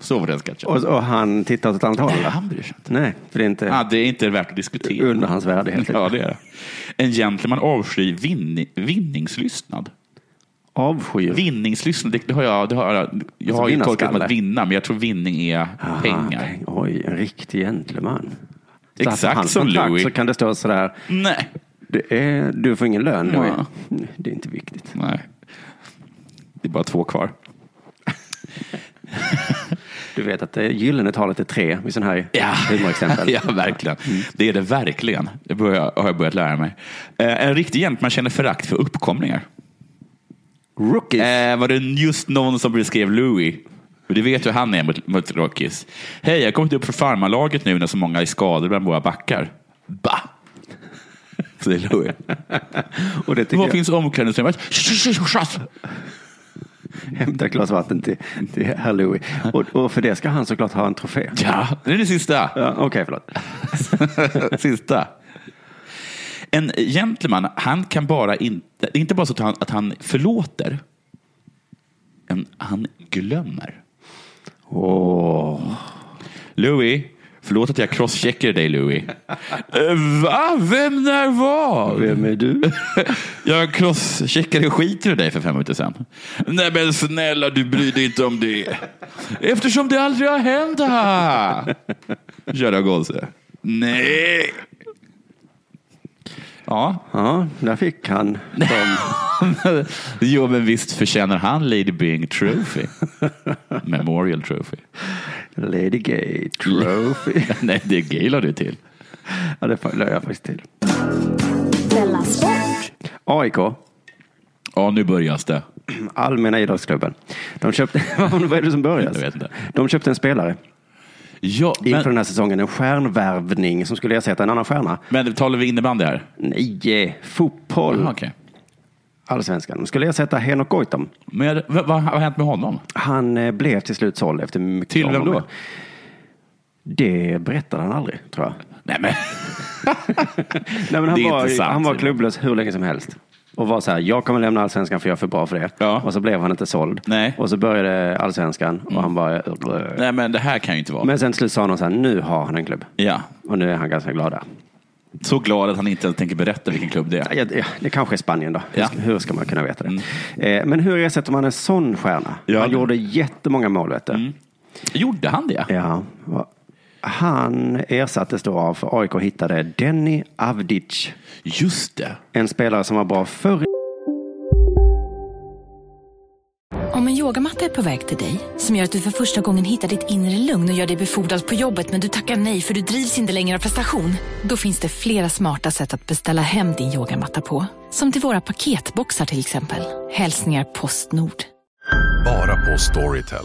S10: Så var den sketchen.
S7: Och, och han tittar åt ett annat håll?
S10: Nej,
S7: va?
S10: han bryr sig inte.
S7: Nej, för det är inte...
S10: Ja, det är inte värt att diskutera.
S7: Under hans värdighet.
S10: Ja, det är det. En gentleman avskyr vin, vinningslystnad.
S7: Avskyr?
S10: Vinningslystnad, det har jag, det har jag, jag har
S7: Alltså,
S10: ju tolkat
S7: vinnarskalle.
S10: med att vinna, men jag tror vinning är pengar.
S7: tänk- oj, en riktig gentleman. Så
S10: Exakt
S7: att han
S10: som
S7: kontrakt
S10: Louis.
S7: Så kan det stå sådär.
S10: Nej.
S7: Det
S10: "Eh,
S7: är, du får ingen lön Louis.
S10: Ja.
S7: Nej, Det är inte viktigt.
S10: Nej. Det är bara två kvar.
S7: Du vet att det gyllene talet är tre i sådana här humorexempel.
S10: ja, verkligen.
S7: Mm.
S10: Det är det verkligen. Det börjar, har jag börjat lära mig. Eh, en riktig gentleman känner förakt för uppkomlingar.
S7: Rookies.
S10: Eh, var det just någon som beskrev Louis? Och Du vet hur han är mot, mot rookies. Hej, jag har kommit upp från farmarlaget nu när så många är skadade bland våra backar. Bah! Säger Louis.
S7: Och det tycker
S10: Var
S7: jag-
S10: finns omklädningsrummet?
S7: Hämta ett glas vatten till, till herr Louis. Och, och för det ska han såklart ha en trofé.
S10: Ja, det är det sista.
S7: Ja, Okej, förlåt.
S10: Sista. En gentleman, han kan bara inte, det är inte bara så att han, att han förlåter, en, han glömmer.
S7: Åh.
S10: Louis, förlåt att jag crosscheckade dig Louis. Eh, Va? Vem när var?
S7: Vem är du?
S10: jag crosscheckade skiten ur dig för fem minuter sedan. Nej men snälla, du bryr dig inte om det. Eftersom det aldrig har hänt här. Köra Golse. Nej. Ja,
S7: Ja, där fick han.
S10: jo, men visst förtjänar han Lady Bing Trophy. Memorial Trophy.
S7: Lady Gay Trophy.
S10: Nej, det gay la du till.
S7: Ja, det la jag faktiskt till.
S12: Della Sport.
S7: AIK,
S10: Ja, nu börjas det.
S7: Allmänna Idrottsklubben. De köpte, vad är det som börjar?
S10: Jag vet inte.
S7: De köpte en spelare
S10: Ja,
S7: inför
S10: men,
S7: den här säsongen. En stjärnvärvning som skulle ersätta en annan stjärna.
S10: men talar vi innebandy här?
S7: Nej, fotboll.
S10: Jaha, okej.
S7: Allsvenskan. De skulle ersätta Henok Goitom.
S10: Men jag- vad, vad har hänt med honom?
S7: Han eh, blev till slut såld efter mycket
S10: Till
S7: om
S10: vem
S7: och men.
S10: då?
S7: Det berättade han aldrig, tror jag.
S10: Nej, men,
S7: Nej, men
S10: Det
S7: han,
S10: är
S7: var,
S10: inte sant,
S7: han var
S10: Simon.
S7: klubblös hur länge som helst. Och var så här, jag kommer lämna allsvenskan för jag är för bra för det.
S10: Ja.
S7: Och så blev han inte såld.
S10: Nej. Mm.
S7: Och så började allsvenskan och han bara... "Ugh."
S10: nej, men det här kan ju inte vara.
S7: Men sen till slut sa någon så här, nu har han en klubb.
S10: ja,
S7: Och nu är han ganska glad där.
S10: så glad att han inte ens tänker berätta vilken klubb det är.
S7: Ja, ja, det kanske är Spanien då.
S10: Ja. Mm.
S7: Hur, hur ska man kunna veta det? Eh, men hur ersätter man en sån stjärna?
S10: Ja. Mm.
S7: Han gjorde jättemånga mål, vet du.
S10: Gjorde han det?
S7: Ja. Han ersattes då av, för AIK hittade Denny Avdic.
S10: Just det.
S7: En spelare som var bra förr
S2: Om en yogamatta är på väg till dig, som gör att du för första gången hittar ditt inre lugn och gör dig befordrad på jobbet men du tackar nej för du drivs inte längre av prestation. Då finns det flera smarta sätt att beställa hem din yogamatta på. Som till våra paketboxar till exempel. Hälsningar Postnord.
S13: Bara på Storytel.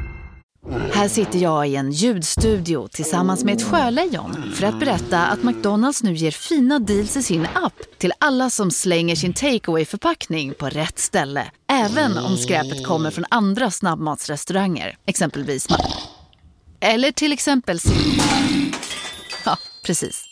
S14: Här sitter jag i en ljudstudio tillsammans med ett sjölejon för att berätta att McDonalds nu ger fina deals i sin app till alla som slänger sin takeaway förpackning på rätt ställe. Även om skräpet kommer från andra snabbmatsrestauranger, exempelvis Ma- Eller till exempel Sim- Ja, precis.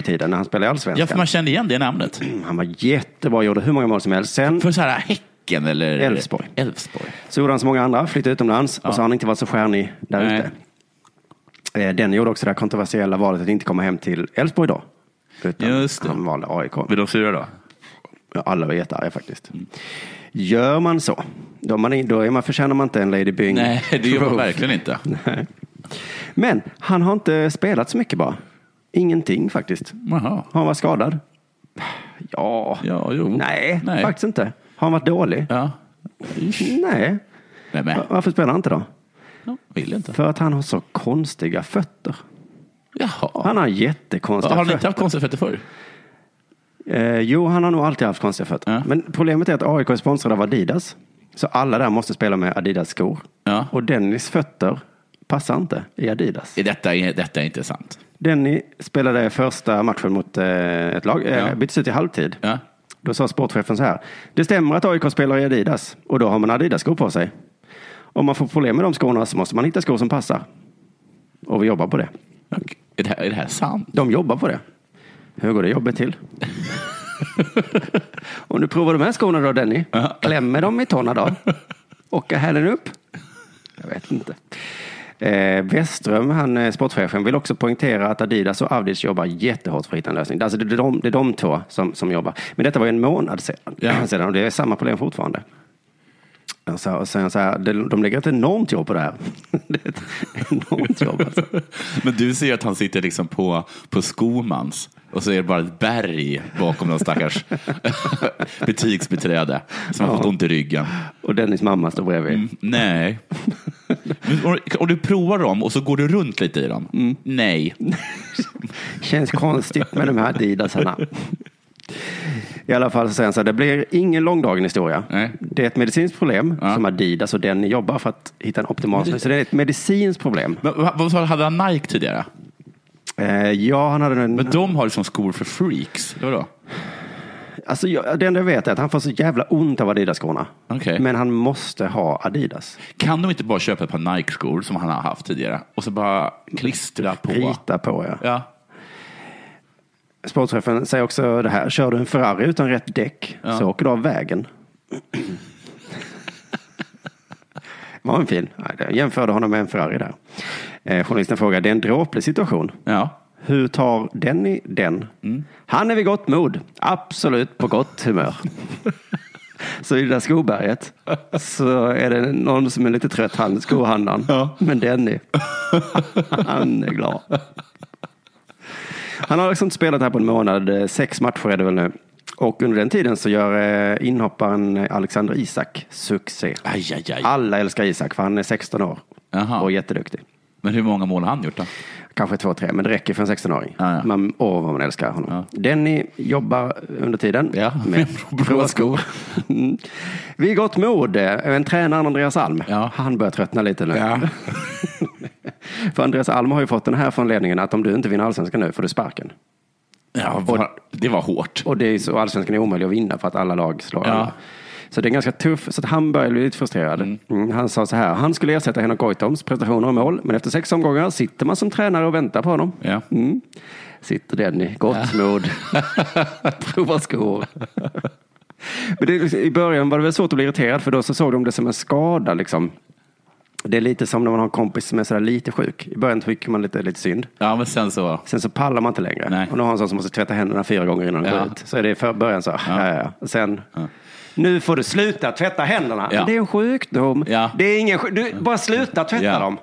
S7: i tiden när han spelade i
S10: Ja, för
S7: allsvenskan.
S10: man kände igen det namnet.
S7: Han var jättebra, gjorde hur många mål som helst. Sen
S10: För så här,
S3: Häcken eller
S10: Elfsborg.
S3: Elfsborg.
S10: Så gjorde han så många andra, flyttade utomlands och så har han inte varit så stjärnig där
S3: Nej.
S10: ute. Eh, Den gjorde också det här kontroversiella valet att inte komma hem till Elfsborg då. Utan han valde AIK.
S3: Vill de sura då?
S10: Ja, Alla var jättearga faktiskt. Gör man så, då, är man, in- då är man, förtjänar man inte en Lady Byng.
S3: Nej, det gör man verkligen inte.
S10: Nej. Men han har inte spelat så mycket bara. Ingenting faktiskt.
S3: Har
S10: han varit skadad? Ja.
S3: ja jo.
S10: Nej, faktiskt inte. Har han varit dålig?
S3: Ja.
S10: Nej.
S3: Nej, men.
S10: Va- Varför spelar han inte då?
S3: Vill inte.
S10: För att han har så konstiga fötter. Han har jättekonstiga
S3: Har han inte
S10: fötter.
S3: haft konstiga fötter förr?
S10: Eh, jo, han har nog alltid haft konstiga fötter. Men problemet är att AIK är sponsrade av Adidas. Så alla där måste spela med Adidas-skor. Och Dennis fötter passar inte i Adidas.
S3: Detta är, detta är inte sant.
S10: Denny spelade första matchen mot eh, ett lag, eh,
S3: Ja.
S10: byttes ut i halvtid. Då sa sportchefen så här. Det stämmer att AIK spelar i Adidas och då har man Adidas-skor på sig. Om man får problem med de skorna så måste man hitta skor som passar. Och vi jobbar på det.
S3: Är det här, är det här sant?
S10: De jobbar på det. Hur går det jobbet till? Om du provar de här skorna då Denny. Klämmer dem i tårna då? Åka hälen upp? Jag vet inte. Eh, Westström, han, eh, sportchefen, vill också poängtera att Adidas och Avdic jobbar jättehårt för att hitta en lösning. Alltså, det, är de, det är de två som, som jobbar. Men detta var ju en månad sedan, sedan och det är samma problem fortfarande. Alltså, Och så, och sen så här, de, de lägger ett enormt jobb på det här. Det är ett enormt jobb. Alltså.
S3: Men du ser att han sitter liksom på, på Skomans och så är det bara ett berg bakom någon stackars butiksbiträde som har
S10: Ja.
S3: fått ont i ryggen. Mm,
S10: Och Dennis mamma står bredvid.
S3: nej. Men Om om du provar dem och så går du runt lite i dem.
S10: Mm.
S3: Nej.
S10: Känns konstigt med de här Adidasarna. I alla fall så säger han så här, det blir ingen långdragen historia. Det är ett medicinskt problem som Adidas och den jobbar för att hitta en optimal
S3: Men det-
S10: Så det är ett medicinskt problem. Eh,
S3: Men, vad vad sa du, hade han Nike tidigare?
S10: ja, han hade en...
S3: Men de har liksom skor för freaks, eller vadå?
S10: Alltså, jag, det enda jag vet är att han får så jävla ont av Adidas-skorna.
S3: Okej.
S10: Men han måste ha Adidas.
S3: Kan de inte bara köpa ett par Nike-skor som han har haft tidigare och så bara klistra på?
S10: Rita på, ja.
S3: Ja.
S10: Sportchefen säger också det här, kör du en Ferrari utan rätt däck så åker du av vägen. Var en fin. Nej, Jag jämförde honom med en Ferrari där. Eh, journalisten frågar, det är en dråplig situation. Hur tar Denny den? Han är vid gott mod, absolut på gott humör. så i det där skoberget så är det någon som är lite trött, han, skohandlaren. Men Denny, han är glad. Han har liksom inte spelat här på en månad. Eh, Sex matcher är det väl nu. Och under den tiden så gör eh, inhopparen Alexander Isak succé. Alla älskar Isak för han är 16 år och jätteduktig.
S3: Men hur många mål har han gjort då?
S10: Kanske två, tre, men det räcker för en 16-åring. Man, åh, vad man älskar honom. Denny jobbar under tiden med bra skor. Mm. Vi är gott mod. eh, En tränare, Andreas Alm, han börjar tröttna lite nu. för Andreas Alm har ju fått den här från ledningen att om du inte vinner allsvenskan nu får du sparken.
S3: Ja, det var hårt.
S10: Och det är så, allsvenskan är omöjlig att vinna för att alla lag slår
S3: Ja.
S10: alla. Så det är ganska tuff, så att han börjar bli lite frustrerad. Mm, han sa så här, han skulle ersätta Henok Goitoms prestationer och mål, men efter sex omgångar sitter man som tränare och väntar på honom. Mm. Sitter den i gott mod, provar skor. men det, är liksom- I början var det väl svårt att bli irriterad, för då så såg de det som en skada. Liksom. Det är lite som när man har en kompis som är sådär lite sjuk. I början tycker man lite, lite synd.
S3: Ja, men sen så.
S10: Sen så pallar man inte längre. Och nu har han sån som måste tvätta händerna fyra gånger innan han
S3: Ja.
S10: går ut. Så är det i för- början så. Ja. Ja, ja. Och Sen, nu får du sluta tvätta händerna.
S3: Ja.
S10: Det är en sjukdom. Det är ingen sjuk- du, Bara sluta tvätta dem.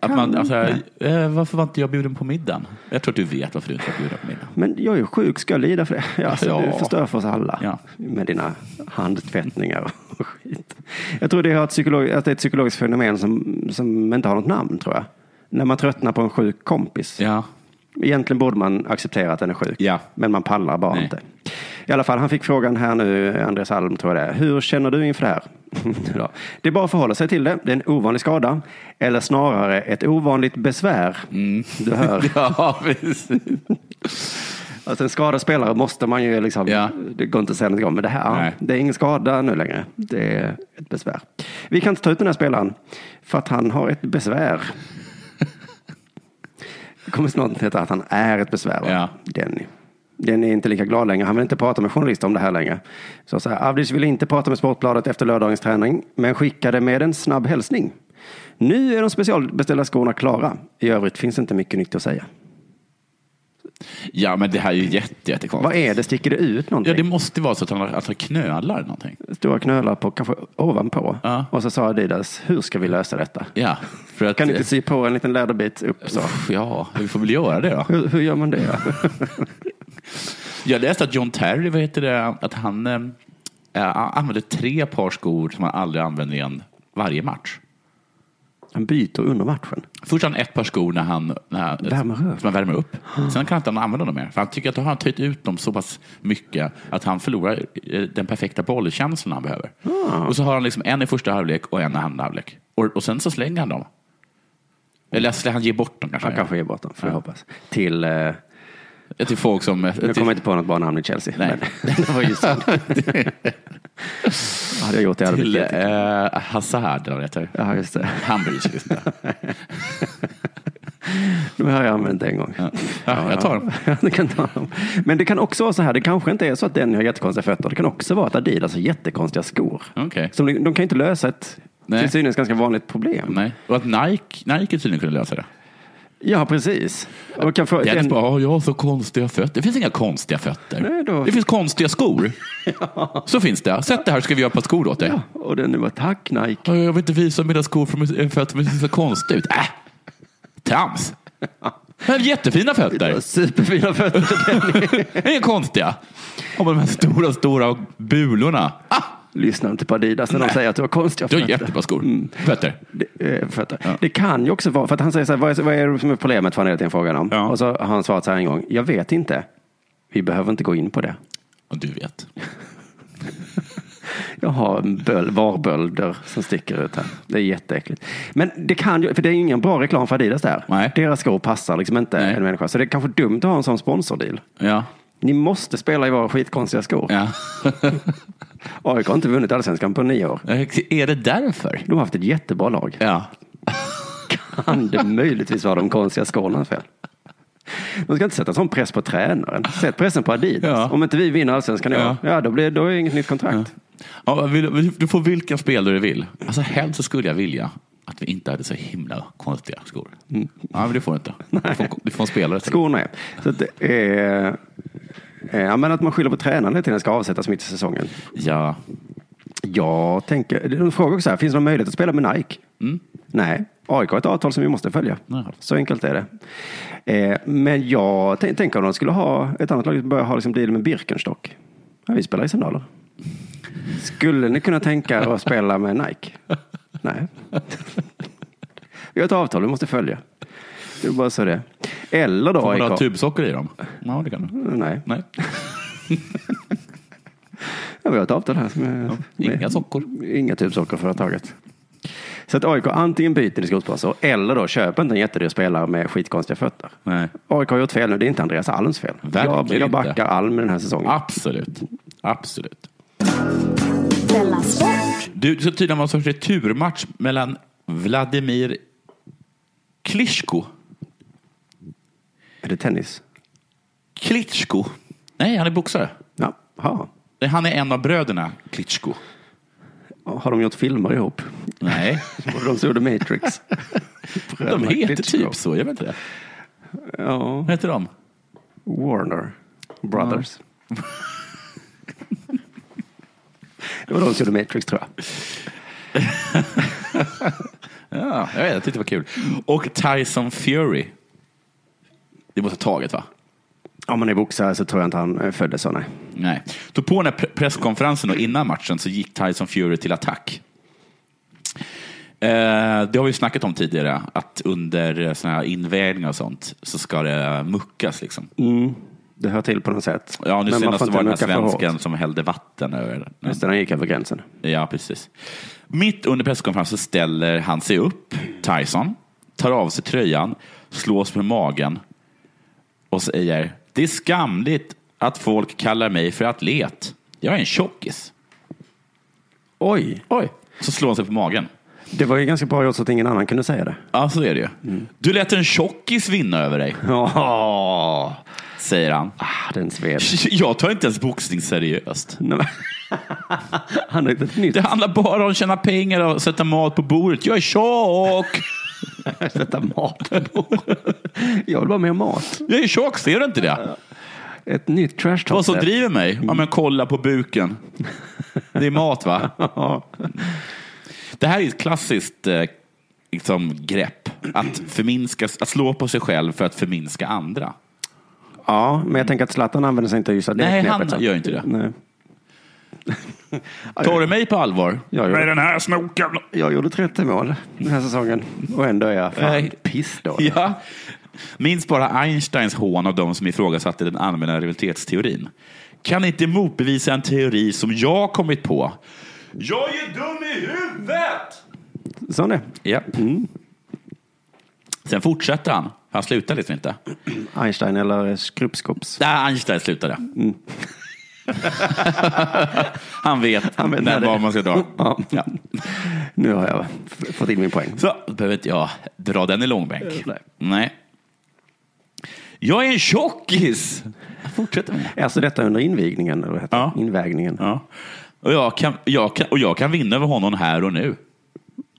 S3: Att man,
S10: kan
S3: alltså,
S10: inte.
S3: eh, varför var inte jag bjuden på middagen? Jag tror att du vet varför du inte var bjuden på middagen.
S10: Men jag är ju sjuk, ska jag lida för det? Ja, alltså,
S3: Ja.
S10: Du förstör för oss alla med dina handtvättningar och skit. Jag tror det, har ett psykolog, att det är ett psykologiskt fenomen som, som inte har något namn, tror jag. När man tröttnar på en sjuk kompis.
S3: Ja.
S10: Egentligen borde man acceptera att den är sjuk, men man pallar bara inte. I alla fall, han fick frågan här nu, Andreas Alm tror jag det är. Hur känner du inför det här? Då. det är bara att förhålla sig till det. Det är en ovanlig skada, eller snarare ett ovanligt besvär. Du hör.
S3: Mm. ja, precis.
S10: Alltså en skadad spelare måste man ju liksom, det går inte att säga något om, men det här, det är ingen skada nu längre. Det är ett besvär. Vi kan inte ta ut den här spelaren för att han har ett besvär. Det kommer snart att heta att han är ett besvär. va? Denny.
S7: Den är inte lika glad längre. Han vill inte prata med journalister om det här längre. Så, så här, Avdic ville inte prata med Sportbladet efter lördagens träning, men skickade med en snabb hälsning. Nu är de specialbeställda skorna klara. I övrigt finns inte mycket nytt att säga.
S10: Ja, men det här är ju jätte, jättekonstigt.
S7: Vad är det? Sticker det ut någonting?
S10: Ja, det måste vara så att han, har- att han knölar någonting.
S7: Stora knölar på, kanske ovanpå. Och så sa Adidas, hur ska vi lösa detta?
S10: Ja, för att,
S7: Kan du inte sy på en liten läderbit upp så?
S10: Ja, vi får väl göra det då.
S7: Hur, hur gör man det?
S10: Jag läste att John Terry, vad heter det, att han eh, eh, använde tre par skor som han aldrig använder igen varje match.
S7: Han byter under matchen?
S10: Först har han ett par skor när han, när, han-
S7: Värmer upp.
S10: som han värmer upp. Sen kan inte han använda dem mer. För han tycker att då har han töjt ut dem så pass mycket att han förlorar eh, den perfekta bollkänslan han behöver.
S7: Ah.
S10: Och så har han liksom en i första halvlek och en i andra halvlek. Och, och sen så slänger han dem. Eller alltså, han ger bort dem kanske. Eh,
S7: Han kanske ger bort dem, får jag hoppas. Till,
S10: till folk som... Nu
S7: kommer jag inte på något bra namn i Chelsea.
S10: Nej.
S7: Men, det var ju så. Hade jag gjort det hade det
S10: Till
S7: blivit jättekul.
S10: eh, Hazard, eller vad det heter.
S7: Ja, just det.
S10: Han bryr sig liksom inte.
S7: De har jag använt en gång. Ja.
S10: jag tar dem.
S7: Ja, du kan ta dem. Men det kan också vara så här, det kanske inte är så att den har jättekonstiga fötter. Det kan också vara att Adidas har jättekonstiga skor.
S10: Okej.
S7: Som de, de kan inte lösa ett
S10: Nej.
S7: till synes ganska vanligt problem.
S10: Nej. Och att Nike, Nike tydligen kunde lösa det.
S7: Ja, precis. Och kan få
S10: Det är
S7: en-
S10: en... bara, "Ja, jag har så konstiga fötter. Det finns inga konstiga fötter.
S7: Nej, då-
S10: Det finns konstiga skor. Så finns det. Sätt det här ska vi göra ett par skor åt dig.
S7: och den var tack Nike.
S10: Jag vill inte visa mina skor för min- för att de ser så konstiga ut. Äh, trams. Men jättefina fötter.
S7: Superfina fötter.
S10: Inga konstiga. Och med de här stora, stora bulorna. Ah!
S7: Lyssna inte på Adidas när Alltså, de
S10: Nej.
S7: säger att du har konstiga
S10: Du har
S7: fötter. Mm.
S10: jättebra skor. Fötter.
S7: Det, eh, fötter. det kan ju också vara, för att han säger så här, vad är, vad är det som är problemet? Får han hela tiden frågan om. Och så har han svarat så här en gång, jag vet inte. Vi behöver inte gå in på det.
S10: Och du vet.
S7: Jag har en böl, varbölder som sticker ut här. Det är jätteäckligt. Men det kan ju, för det är ju ingen bra reklam för Adidas där. Deras skor passar liksom inte en människa. Så det är kanske dumt att ha en sån sponsordeal.
S10: Ja.
S7: Ni måste spela i våra skitkonstiga skor. AIK har inte vunnit allsvenskan på nio år.
S10: Eh, Är det därför?
S7: De har haft ett jättebra lag.
S10: Ja.
S7: Kan det möjligtvis vara de konstiga skornas fel? De ska inte sätta sån press på tränaren. Sätt pressen på Adidas. Om inte vi vinner allsvenskan i år, ja, då, blir, då är det inget nytt kontrakt.
S10: Ja, vill- du får vilka spelare du vill. Alltså helst så skulle jag vilja att vi inte hade så himla konstiga skor. Ja, men det får du inte. Du får, du får en spelare till.
S7: Mm. Skorna är. Så att eh, det är eh, ja, men att man skyller på tränaren hela tiden ska avsättas mitt i säsongen.
S10: Ja.
S7: Jag tänker, de frågar också här, finns det någon möjlighet att spela med Nike?
S10: Mm.
S7: Nej, AIK har ett avtal som vi måste följa. Så enkelt är det. Eh, men jag tän- tänker om de skulle ha ett annat lag, börja ha liksom deal med Birkenstock. Ja, vi spelar i sandaler. Skulle ni kunna tänka er att spela med Nike? Nej. Vi har ett avtal vi måste följa. Det är bara så det är. Eller då
S10: Får man
S7: AIK.
S10: ha tubsocker i dem? Ja, det kan du.
S7: Nej.
S10: Nej.
S7: ja, vi har ett avtal här. Med,
S10: inga sockor.
S7: Inga tubsockor för företaget. Så att AIK antingen byter i skolsponsor eller då köper inte en jättedyr spelare med skitkonstiga fötter.
S10: Nej.
S7: AIK har gjort fel nu. Det är inte Andreas Alms fel. Jag,
S10: inte.
S7: jag backar Alm den här säsongen.
S10: Absolut. Absolut.
S12: Della Sport.
S10: Du, så tydligen var det en sorts returmatch mellan Vladimir Klitschko.
S7: Är det tennis?
S10: Klitschko? Nej, han är boxare.
S7: Jaha.
S10: Nej, Han är en av bröderna Klitschko.
S7: Har de gjort filmer ihop?
S10: Nej.
S7: Var det de som gjorde Matrix?
S10: De heter
S7: Klitschko.
S10: typ så, jag vet inte det.
S7: Ja. Vad
S10: heter de?
S7: Warner Brothers. det var de som gjorde Matrix tror jag.
S10: Ja, jag vet, jag tyckte det var kul. Och Tyson Fury. Det måste ha tagit va?
S7: Om man är boxare så tror jag inte han eh, föddes så nej.
S10: Nej. Då på den här pre- presskonferensen och innan matchen så gick Tyson Fury till attack. Eh, det har vi snackat om tidigare, att under eh, såna här invägningar och sånt så ska det muckas. Liksom.
S7: Mm. Det hör till på något sätt.
S10: Ja, nu
S7: man
S10: senast
S7: får
S10: var
S7: inte
S10: det den
S7: mucka
S10: här
S7: för hårt.
S10: svensken som hällde vatten över den.
S7: Just det, han gick över gränsen.
S10: Ja, precis. Mitt under presskonferensen ställer han sig upp, Tyson, tar av sig tröjan, slås med magen och säger Det är skamligt att folk kallar mig för atlet. Jag är en tjockis.
S7: Oj.
S10: Oj. Så slår han sig på magen.
S7: Det var ju ganska bra gjort så att ingen annan kunde säga det.
S10: Ja, så är det ju. Du lät en tjockis vinna över dig. säger han. Ah,
S7: den sved.
S10: Jag tar inte ens boxning seriöst.
S7: han har inte
S10: Det handlar bara om att tjäna pengar och sätta mat på bordet. Jag är tjock!
S7: sätta mat på bordet? Jag vill bara med mat.
S10: Jag är tjock, ser du inte det?
S7: Ett nytt trash talk.
S10: Vad som driver mig? Ja, men kolla på buken. Det är mat, va? Det här är ett klassiskt eh, liksom, grepp. Att, förminska, att slå på sig själv för att förminska andra.
S7: Ja, men jag tänker att Zlatan använder sig inte av just det
S10: Nej, han
S7: knepet, så att-
S10: gör inte det.
S7: liksom. Nej.
S10: Tar du mig på allvar?
S7: Jag gjorde-
S10: Med den här snoken.
S7: Jag gjorde 30 mål den här säsongen och ändå är jag fan
S10: Nej.
S7: pissdålig.
S10: Eh, Ja. Minns bara Einsteins hån av de som ifrågasatte den allmänna relativitetsteorin. Kan inte motbevisa en teori som jag kommit på. Jag är dum i huvudet!
S7: Sån är
S10: Ja.
S7: Mm.
S10: Sen fortsätter han. Han slutar liksom inte.
S7: Einstein eller Skrupskops.
S10: Nej, Einstein slutade.
S7: Mm.
S10: han vet,
S7: Han vet när
S10: när,
S7: det-
S10: var man ska dra.
S7: Ja. Nu har jag f- fått in min poäng.
S10: Så då behöver inte jag dra den i långbänk. Nej. Jag är en tjockis! Fortsätter med
S7: Alltså detta under invigningen, eller vad heter det? Invägningen.
S10: Ja. Och jag, kan, jag kan, och jag kan vinna över honom här och nu.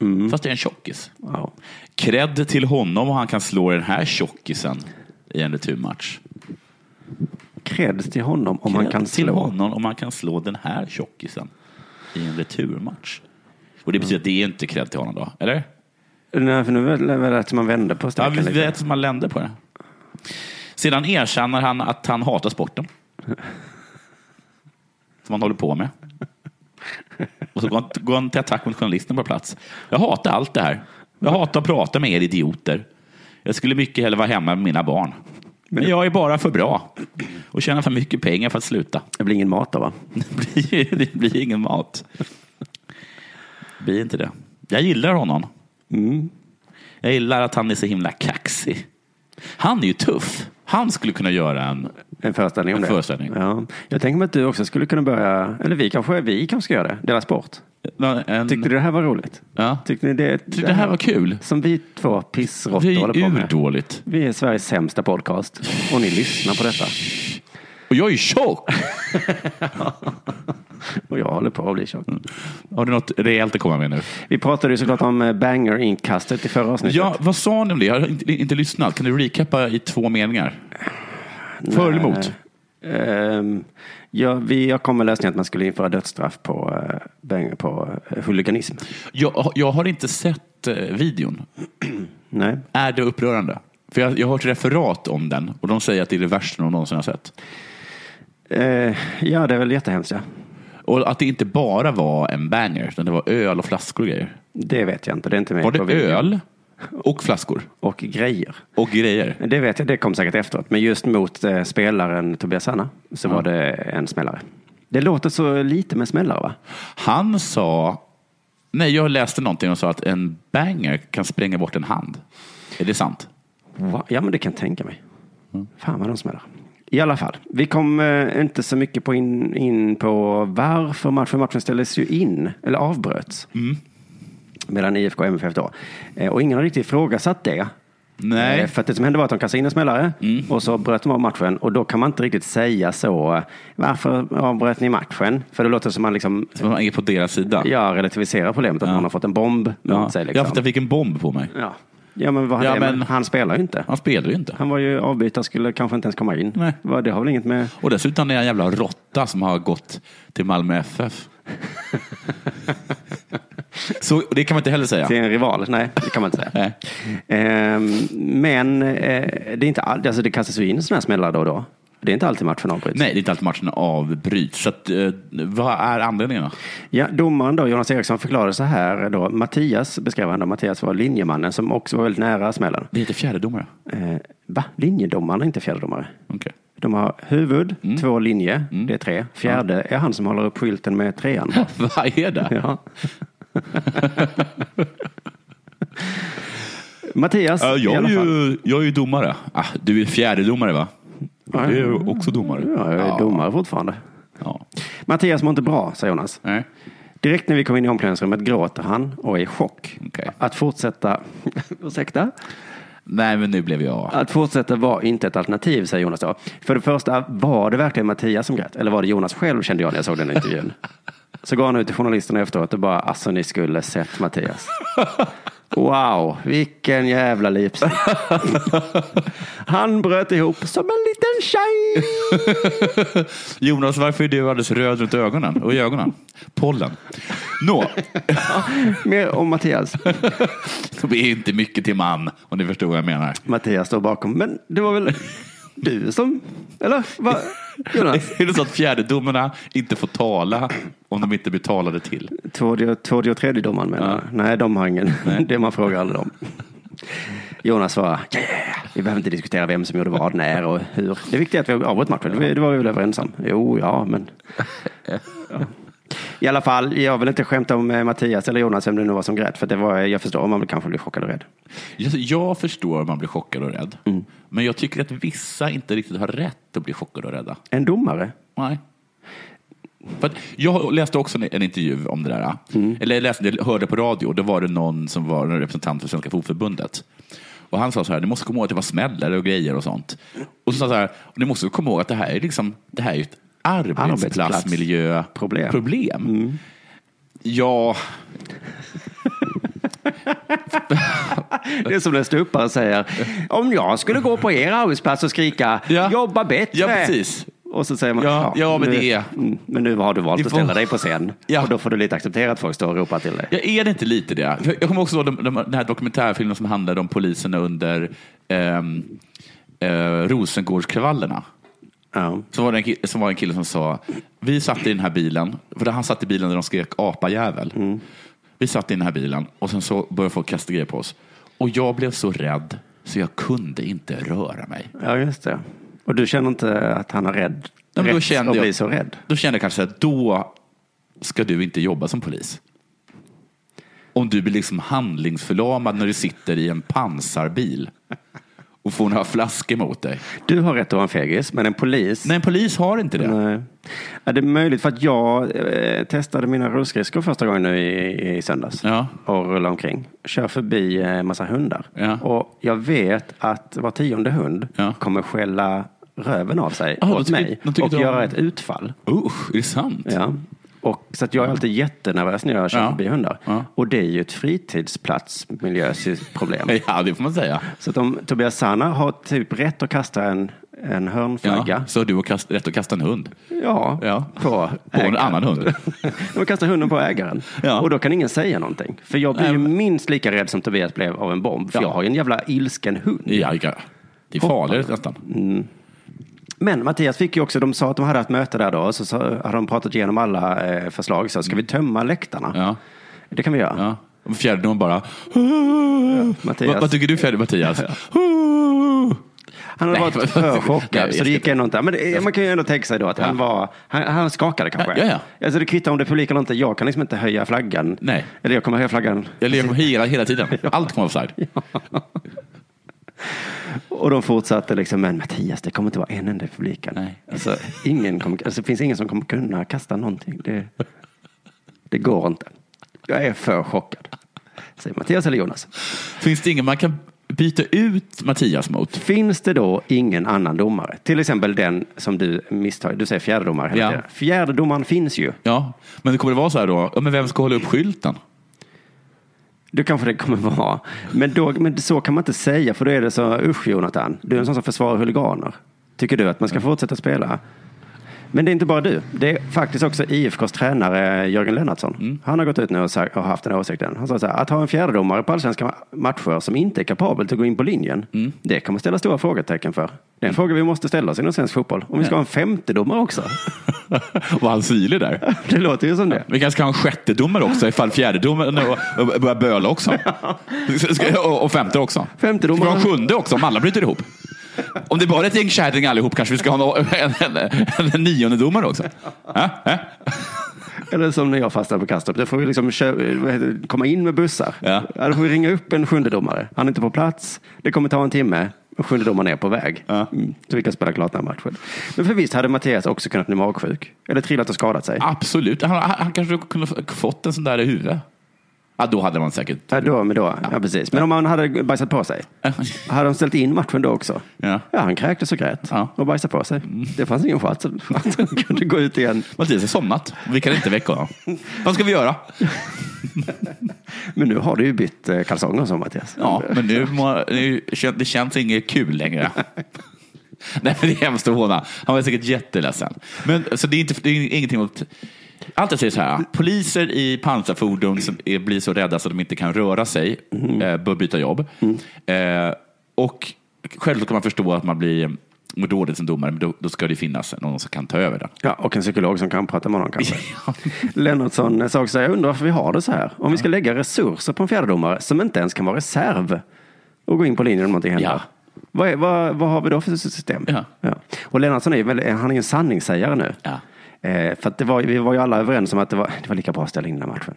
S7: Mm.
S10: Fast jag är en tjockis. Kredd till honom och han kan slå den här tjockisen i en returmatch.
S7: Kreds till honom om han
S10: Kredd
S7: kan
S10: till
S7: slå.
S10: honom om han kan slå den här tjockisen i en returmatch. Och det
S7: Mm.
S10: betyder att det är inte kredd till honom då, eller?
S7: Nej, för nu var det- var det att man vände på
S10: Ja,
S7: steken
S10: visst
S7: lite.
S10: lät som man lände på det. Sedan erkänner han att han hatar sporten. Som han håller på med. Och så går han, går han till attack mot journalisten på plats. Jag hatar allt det här. Jag hatar att prata med er idioter. Jag skulle mycket hellre vara hemma med mina barn. Men jag är bara för bra och tjänar för mycket pengar för att sluta.
S7: Det blir ingen mat då, va?
S10: Det blir, det blir ingen mat. Det blir inte det. Jag gillar honom. Jag gillar att han är så himla kaxig. Han är ju tuff. Han skulle kunna göra en...
S7: En föreställning om
S10: En
S7: det.
S10: föreställning.
S7: Ja. Jag tänker mig att du också skulle kunna börja, eller vi kanske, vi kanske ska göra det, dela sport. Tyckte du det här var roligt?
S10: Ja.
S7: Tyckte ni det,
S10: Tyckte det här var kul?
S7: Som vi två pissråttor
S10: Vi är
S7: håller på med.
S10: urdåligt.
S7: Vi är Sveriges sämsta podcast och ni lyssnar på detta.
S10: Och jag är tjock!
S7: och jag håller på att bli tjock.
S10: Mm. Har du något rejält att komma med nu?
S7: Vi pratade ju såklart om eh, banger-inkastet i förra avsnittet.
S10: Ja, vad sa ni om det? Jag har inte, inte lyssnat. Kan du recappa i två meningar? För eller emot?
S7: Ehm, ja, vi, jag kom med lösningen att man skulle införa dödsstraff på, eh, banger, på eh, huliganism.
S10: Jag, jag har inte sett eh, videon.
S7: Nej.
S10: Är det upprörande? För jag, jag har hört referat om den och de säger att det är det värsta de någonsin har sett.
S7: Eh, ja, det är väl jättehemskt. Ja.
S10: Och att det inte bara var en banger, utan det var öl och flaskor och grejer.
S7: Det vet jag inte. Det är inte med
S10: Var
S7: på
S10: det
S7: videon.
S10: öl och flaskor?
S7: Och grejer.
S10: Och grejer?
S7: Det vet jag, det kom säkert efteråt. Men just mot eh, spelaren Tobias Hanna så
S10: Mm.
S7: var det en smällare. Det låter så lite med smällare va?
S10: Han sa, nej jag läste någonting och sa att en banger kan spränga bort en hand. Är det sant?
S7: Va? Ja men det kan jag tänka mig.
S10: Mm.
S7: Fan vad de smäller. I alla fall, vi kom eh, inte så mycket på in, in på varför matchen, matchen ställdes ju in, eller avbröts.
S10: Mm.
S7: Mellan IFK och MFF då. Eh, och ingen har riktigt ifrågasatt det.
S10: Nej. Mm.
S7: Eh, För att det som hände var att de kastade in en smällare och så bröt de av matchen. Och då kan man inte riktigt säga så. eh, Varför avbröt ni matchen? För det låter som man liksom
S10: Som man är på deras sida.
S7: ja, relativiserar problemet. Att någon har fått en bomb mot
S10: Ja.
S7: sig.
S10: Ja,
S7: Liksom.
S10: för att jag fick en bomb på mig.
S7: Ja. ja, men vad hade
S10: Ja,
S7: det med-
S10: men-
S7: han spelar ju inte.
S10: Han spelar ju inte.
S7: Han var ju avbytare, skulle kanske inte ens komma in.
S10: Nej.
S7: Va, Det har väl inget med...
S10: Och dessutom är jag en jävla råtta som har gått till Malmö FF. Så det kan man inte heller säga.
S7: Till en rival? Nej, det kan man inte säga. Ehm, men eh, det är inte all... alltså, det kastas ju in sådana här smällar då och då. Det är inte alltid matchen avbryts.
S10: Nej, det är inte alltid matchen avbryts. Så att, eh, vad är anledningen då?
S7: Ja, domaren då, Jonas Eriksson, förklarade så här då. Mattias beskrev han då. Mattias var linjemannen som också var väldigt nära smällen.
S10: Det heter fjärdedomare.
S7: Eh, va? Linjedomarna, inte fjärdedomare?
S10: Okej.
S7: De har huvud,
S10: Mm.
S7: två linje, det är tre. Fjärde är han som håller upp skylten med trean.
S10: Vad är det?
S7: Ja. Mattias,
S10: Ja,
S7: i
S10: jag,
S7: alla
S10: är
S7: fall.
S10: ju, jag är ju domare. Ah, du är fjärdedomare va?
S7: Ja.
S10: Du är ju också domare.
S7: Ja, jag är
S10: Ja.
S7: domare fortfarande.
S10: Ja.
S7: Mattias mår inte bra, säger Jonas.
S10: Nej.
S7: Direkt när vi kom in i omklädningsrummet gråter han och är i chock.
S10: Okej.
S7: Att fortsätta, ursäkta,
S10: Nej, men nu blev jag...
S7: Att fortsätta var inte ett alternativ, säger Jonas då. För det första, var det verkligen Mattias som grät? Eller var det Jonas själv, kände jag när jag såg den här intervjun. Så går han ut till journalisterna efteråt och bara, alltså ni skulle sett Mattias. Wow, vilken jävla lipsyn. Han bröt ihop som en liten tjej.
S10: Jonas, varför är du alldeles röd runt ögonen och i ögonen? Pollen. Nå.
S7: Mer om Mattias.
S10: De är inte mycket till man, om ni förstår vad jag menar.
S7: Mattias står bakom, men det var väl du som, eller? Va? Jonas?
S10: Är det så att fjärdedomarna inte får tala om de inte blir talade till?
S7: Tvåde och, tvåde och tredjedomaren menar jag. Nej, de har ingen. Det man frågar aldrig om. Jonas svarar, yeah, vi behöver inte diskutera vem som gjorde vad, när och hur. Det viktiga är att vi har avbrutit matchen, det var vi väl överens om? Jo, ja, men... Ja. I alla fall, jag vill inte skämta om eh, Mattias eller Jonas, vem det nu var som grät, för det var, jag förstår om man kanske blir chockad och rädd.
S10: Jag- Jag förstår om man blir chockad och rädd. Men jag tycker att vissa inte riktigt har rätt att bli chockade och rädda.
S7: En domare?
S10: Nej. För att jag läste också en- en intervju om det där. Eller jag läste, jag hörde på radio. Då var det någon som var en representant för Svenska Fotförbundet. Och han sa så här, ni måste komma ihåg att det var smällare och grejer och sånt. Och så sa han så här, ni måste komma ihåg att det här är, liksom, det här är ju ett arbetsplatsmiljöproblem. Problem. Ja,
S7: Det är som när ståuppare säger, om jag skulle gå på er arbetsplats och skrika, jobba bättre.
S10: Ja, precis.
S7: Och så säger man,
S10: Ja, ja, men
S7: nu,
S10: det är-
S7: Mm, Men nu har du valt
S10: Det
S7: att
S10: får-
S7: ställa dig på scen. Och då får du lite acceptera att folk står och ropar till dig.
S10: Ja, är det inte lite det? För Jag kommer också ihåg de, de, den här dokumentärfilmen som handlade om poliserna under ehm, eh, Rosengårdskravallerna. Som, var det en, ki- som var en kille som sa, vi satt i den här bilen, för han satt i bilen där de skrek apajävel.
S7: Mm.
S10: Vi satt i den här bilen och sen så började folk kasta grejer på oss. Och jag blev så rädd så jag kunde inte röra mig.
S7: Ja, just det. Och du känner inte att han är rädd?
S10: Nej, men då
S7: rätt
S10: kände
S7: att bli
S10: jag,
S7: så rädd?
S10: Då kände jag kanske att då ska du inte jobba som polis. Om du blir liksom handlingsförlamad när du sitter i en pansarbil och får några flaskor mot dig.
S7: Du har rätt att vara en fegis, men en polis... Nej,
S10: en polis har inte det.
S7: Nej. Ja, det är möjligt för att jag eh, testade mina rullskridskor första gången nu i, i söndags. Och rullade omkring. Kör förbi eh, en massa hundar. Och jag vet att var tionde hund kommer skälla röven av sig
S10: Ah, de
S7: åt
S10: tycker-
S7: mig.
S10: de tycker
S7: och
S10: inte om-
S7: göra ett utfall.
S10: Usch, är det sant?
S7: Ja. Och, så att jag är alltid jättenervös när jag kör
S10: Ja.
S7: förbi hundar. Och det är ju ett fritidsplatsmiljöproblem.
S10: ja, det får man säga.
S7: Så att om Tobias Sanna har typ rätt att kasta en, en hörnflagga.
S10: Ja, så har du kast, rätt att kasta en hund?
S7: Ja, på,
S10: På en annan hund.
S7: De kastar hunden på ägaren. Och då kan ingen säga någonting. För jag blir ju minst lika rädd som Tobias blev av en bomb. För jag har ju en jävla ilsken hund.
S10: Ja, det är farligare nästan.
S7: Mm. Men Mattias fick ju också, de sa att de hade ett möte där då, och så, så hade de pratat igenom alla eh, förslag. Så ska vi tömma läktarna? Det kan vi göra.
S10: Ja. Och Fjärdedomaren bara,
S7: Mattias.
S10: Vad, vad tycker du fjärde Mattias?
S7: Han hade
S10: Nej,
S7: varit
S10: vad-
S7: för
S10: Nej,
S7: chockad, så
S10: jag
S7: det gick ändå inte. Men det, man kan ju ändå tänka sig då att han var, han, han skakade kanske.
S10: Ja, ja,
S7: Alltså det kvittar om det är publik eller inte, jag kan liksom inte höja flaggan. Nej. Eller jag kommer höja flaggan.
S10: Eller jag kommer hela, hela tiden. Allt kommer offside.
S7: Och de fortsatte liksom, men Mattias, det kommer inte vara en enda i publiken. Nej. Alltså, ingen kommer, alltså, det finns ingen som kommer kunna kasta någonting. Det, det går inte. Jag är för chockad. Säger Mattias eller Jonas.
S10: Finns det ingen man kan byta ut Mattias mot?
S7: Finns det då ingen annan domare? Till exempel den som du misstar, du säger fjärdedomare hela
S10: Ja.
S7: tiden. Fjärdedomaren finns ju.
S10: Ja, men det kommer det vara så här då? Ja, men vem ska hålla upp skylten?
S7: Då kanske det kommer vara. Men, då, men så kan man inte säga, för då är det så, usch Jonathan, du är en sån som försvarar huliganer. Tycker du att man ska fortsätta spela? Men det är inte bara du. Det är faktiskt också IFKs tränare Jörgen Lennartsson. Han har gått ut nu och, sagt, och haft den här åsikten. Han sa så här, att ha en fjärdedomare på allsvenska matcher som inte är kapabel till att gå in på linjen, det kan man ställa stora frågetecken för. Det är en fråga vi måste ställa oss inom svensk fotboll. Om vi ska ha en femtedomare också.
S10: Var han syrlig där?
S7: Det låter ju som det.
S10: Vi kanske ska ha en sjättedomare också ifall fjärdedomaren och- och börjar böla också. Ska- Och och femte också.
S7: Femtedomaren.
S10: Ska vi ha en sjunde också om alla bryter ihop? Om det bara är ett gäng kärring allihop kanske vi ska ha en, en, en, en nionde domare också. Äh? Äh?
S7: Eller som när jag fastnade på Kastrup, då får vi liksom kö- vad heter det, komma in med bussar. Ja. Då får vi ringa upp en sjundedomare. Han är inte på plats, det kommer ta en timme. och Sjundedomaren är på väg. Mm, Så vi kan spela klart den här matchen. Men för visst hade Mattias också kunnat bli magsjuk? Eller trillat och skadat sig?
S10: Absolut. Han, han kanske kunde ha fått en sån där i huvudet. Ja, då hade man säkert...
S7: Ja, då, men då. Ja. precis. Men om han hade bajsat på sig, hade de ställt in matchen då också?
S10: Ja.
S7: han kräktes och grät och bajsade på sig. Det fanns ingen chans att han kunde gå ut igen.
S10: Mattias har somnat. Vi kan inte väcka honom. Vad ska vi göra?
S7: Men nu har du ju bytt eh, kalsonger som Mattias.
S10: Ja, men nu, må, nu kän- det känns inget kul längre. Nej, men det är hemskt att håna. Han var säkert jätteledsen. Men, så det är, inte, det är ingenting mot... Allt jag säger så
S7: Mm.
S10: här, poliser i pansarfordon som är, blir så rädda så de inte kan röra sig
S7: Mm.
S10: eh, bör byta jobb. Eh, och självklart kan man förstå att man blir mår dåligt som domare, men då, då ska det finnas någon som kan ta över den.
S7: Ja, och en psykolog som kan prata med honom kanske. Lennartsson eh, sa också, jag undrar varför vi har det så här. Om vi ska lägga resurser på en fjärdedomare som inte ens kan vara reserv och gå in på linjen om någonting händer. Vad, är, vad, vad har vi då för system? Ja. Och Lennartsson är ju väldigt, han är ju en sanningssägare nu. Eh, för att det var, vi var ju alla överens om att det var, det var lika bra att ställa in den här matchen.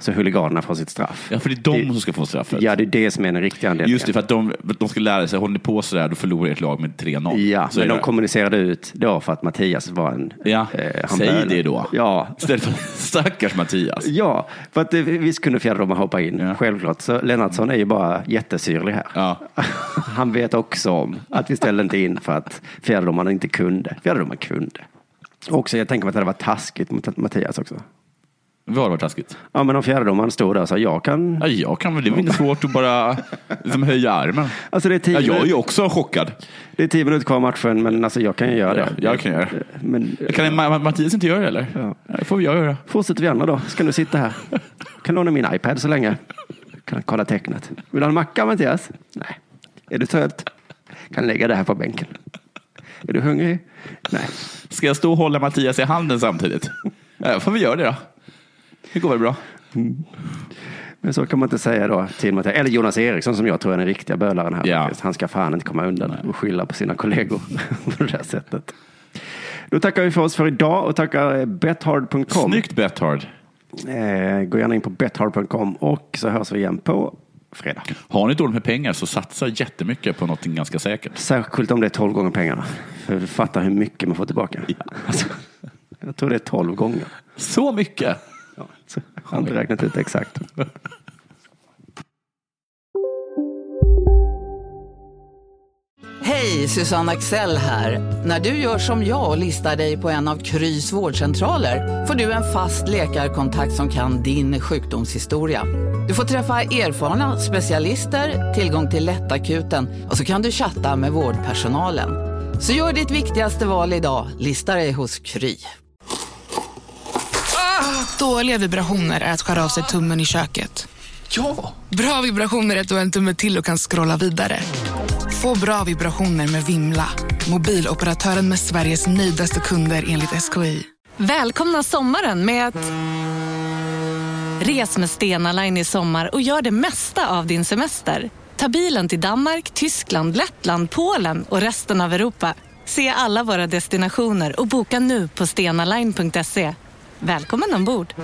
S7: Så huliganerna får sitt straff.
S10: Ja, för det är de som ska få straffet.
S7: Ja, det är det som är den riktiga anledningen.
S10: Just det, för att de, de ska lära sig, håller ni på sådär, då förlorar ert lag med 3-0.
S7: Ja,
S10: så är
S7: men de
S10: det.
S7: kommunicerade ut då för att Mattias var en... eh,
S10: Ja,
S7: han
S10: säg
S7: bölar.
S10: det då.
S7: Ja.
S10: Istället för stackars Mattias.
S7: Ja, för att eh, visst kunde fjärdedomaren hoppa in, självklart. Så Lennartsson är ju bara jättesyrlig här. Han vet också om att vi ställde inte in för att fjärdedomaren inte kunde. Fjärdedomaren kunde. Också, jag tänker mig att det hade varit taskigt mot Mattias också.
S10: Vad har varit taskigt?
S7: Ja, men om fjärdedomaren stod där och sa jag kan...
S10: Ja, jag kan väl, det är väl inte svårt att bara liksom, höja armen.
S7: Alltså, det är tio
S10: ja, jag är ju
S7: minuter-
S10: också chockad.
S7: Det är tio minuter kvar av matchen, men alltså jag kan ju göra det.
S10: Jag kan göra
S7: Men,
S10: Kan Ma- Mattias inte göra det eller? Det får jag göra.
S7: Fortsätter vi andra då? Ska du sitta här? Kan låna min iPad så länge? Kan kolla tecknet. Vill du ha en macka Mattias? Nej. Är du trött? Kan lägga det här på bänken. Är du hungrig? Nej.
S10: Ska jag stå och hålla Mattias i handen samtidigt? Ja, får vi göra det då. Det går väl bra.
S7: Men så kan man inte säga då till Mattias. Eller Jonas Eriksson som jag tror är den riktiga bölaren här. faktiskt. Han ska fan inte komma undan och skylla på sina kollegor på det där sättet. Då tackar vi för oss för idag och tackar eh, bethard.com.
S10: Snyggt Bethard.
S7: Eh, Gå gärna in på bethard.com och så hörs vi igen på fredag.
S10: Har ni dåligt med pengar så satsa jättemycket på någonting ganska säkert.
S7: Särskilt om det är tolv gånger pengarna. För du fattar hur mycket man får tillbaka. Alltså, jag tror det är tolv gånger.
S10: Så mycket?
S7: Ja, så, jag har inte räknat ut exakt.
S8: Hej, Susanne Axel här. När du gör som jag och listar dig på en av Krys vårdcentraler får du en fast läkarkontakt som kan din sjukdomshistoria. Du får träffa erfarna specialister, tillgång till lättakuten och så kan du chatta med vårdpersonalen. Så gör ditt viktigaste val idag, lista dig hos Kry.
S15: Ah! Dåliga vibrationer är att skära av sig tummen i köket. Ja! Bra vibrationer är att du har en tumme till och kan scrolla vidare. Få bra vibrationer med Vimla. Mobiloperatören med Sveriges nöjdaste kunder enligt SKI.
S2: Välkomna sommaren med att... Res med Stena Line i sommar och gör det mesta av din semester. Ta bilen till Danmark, Tyskland, Lettland, Polen och resten av Europa. Se alla våra destinationer och boka nu på stenaline.se. Välkommen ombord!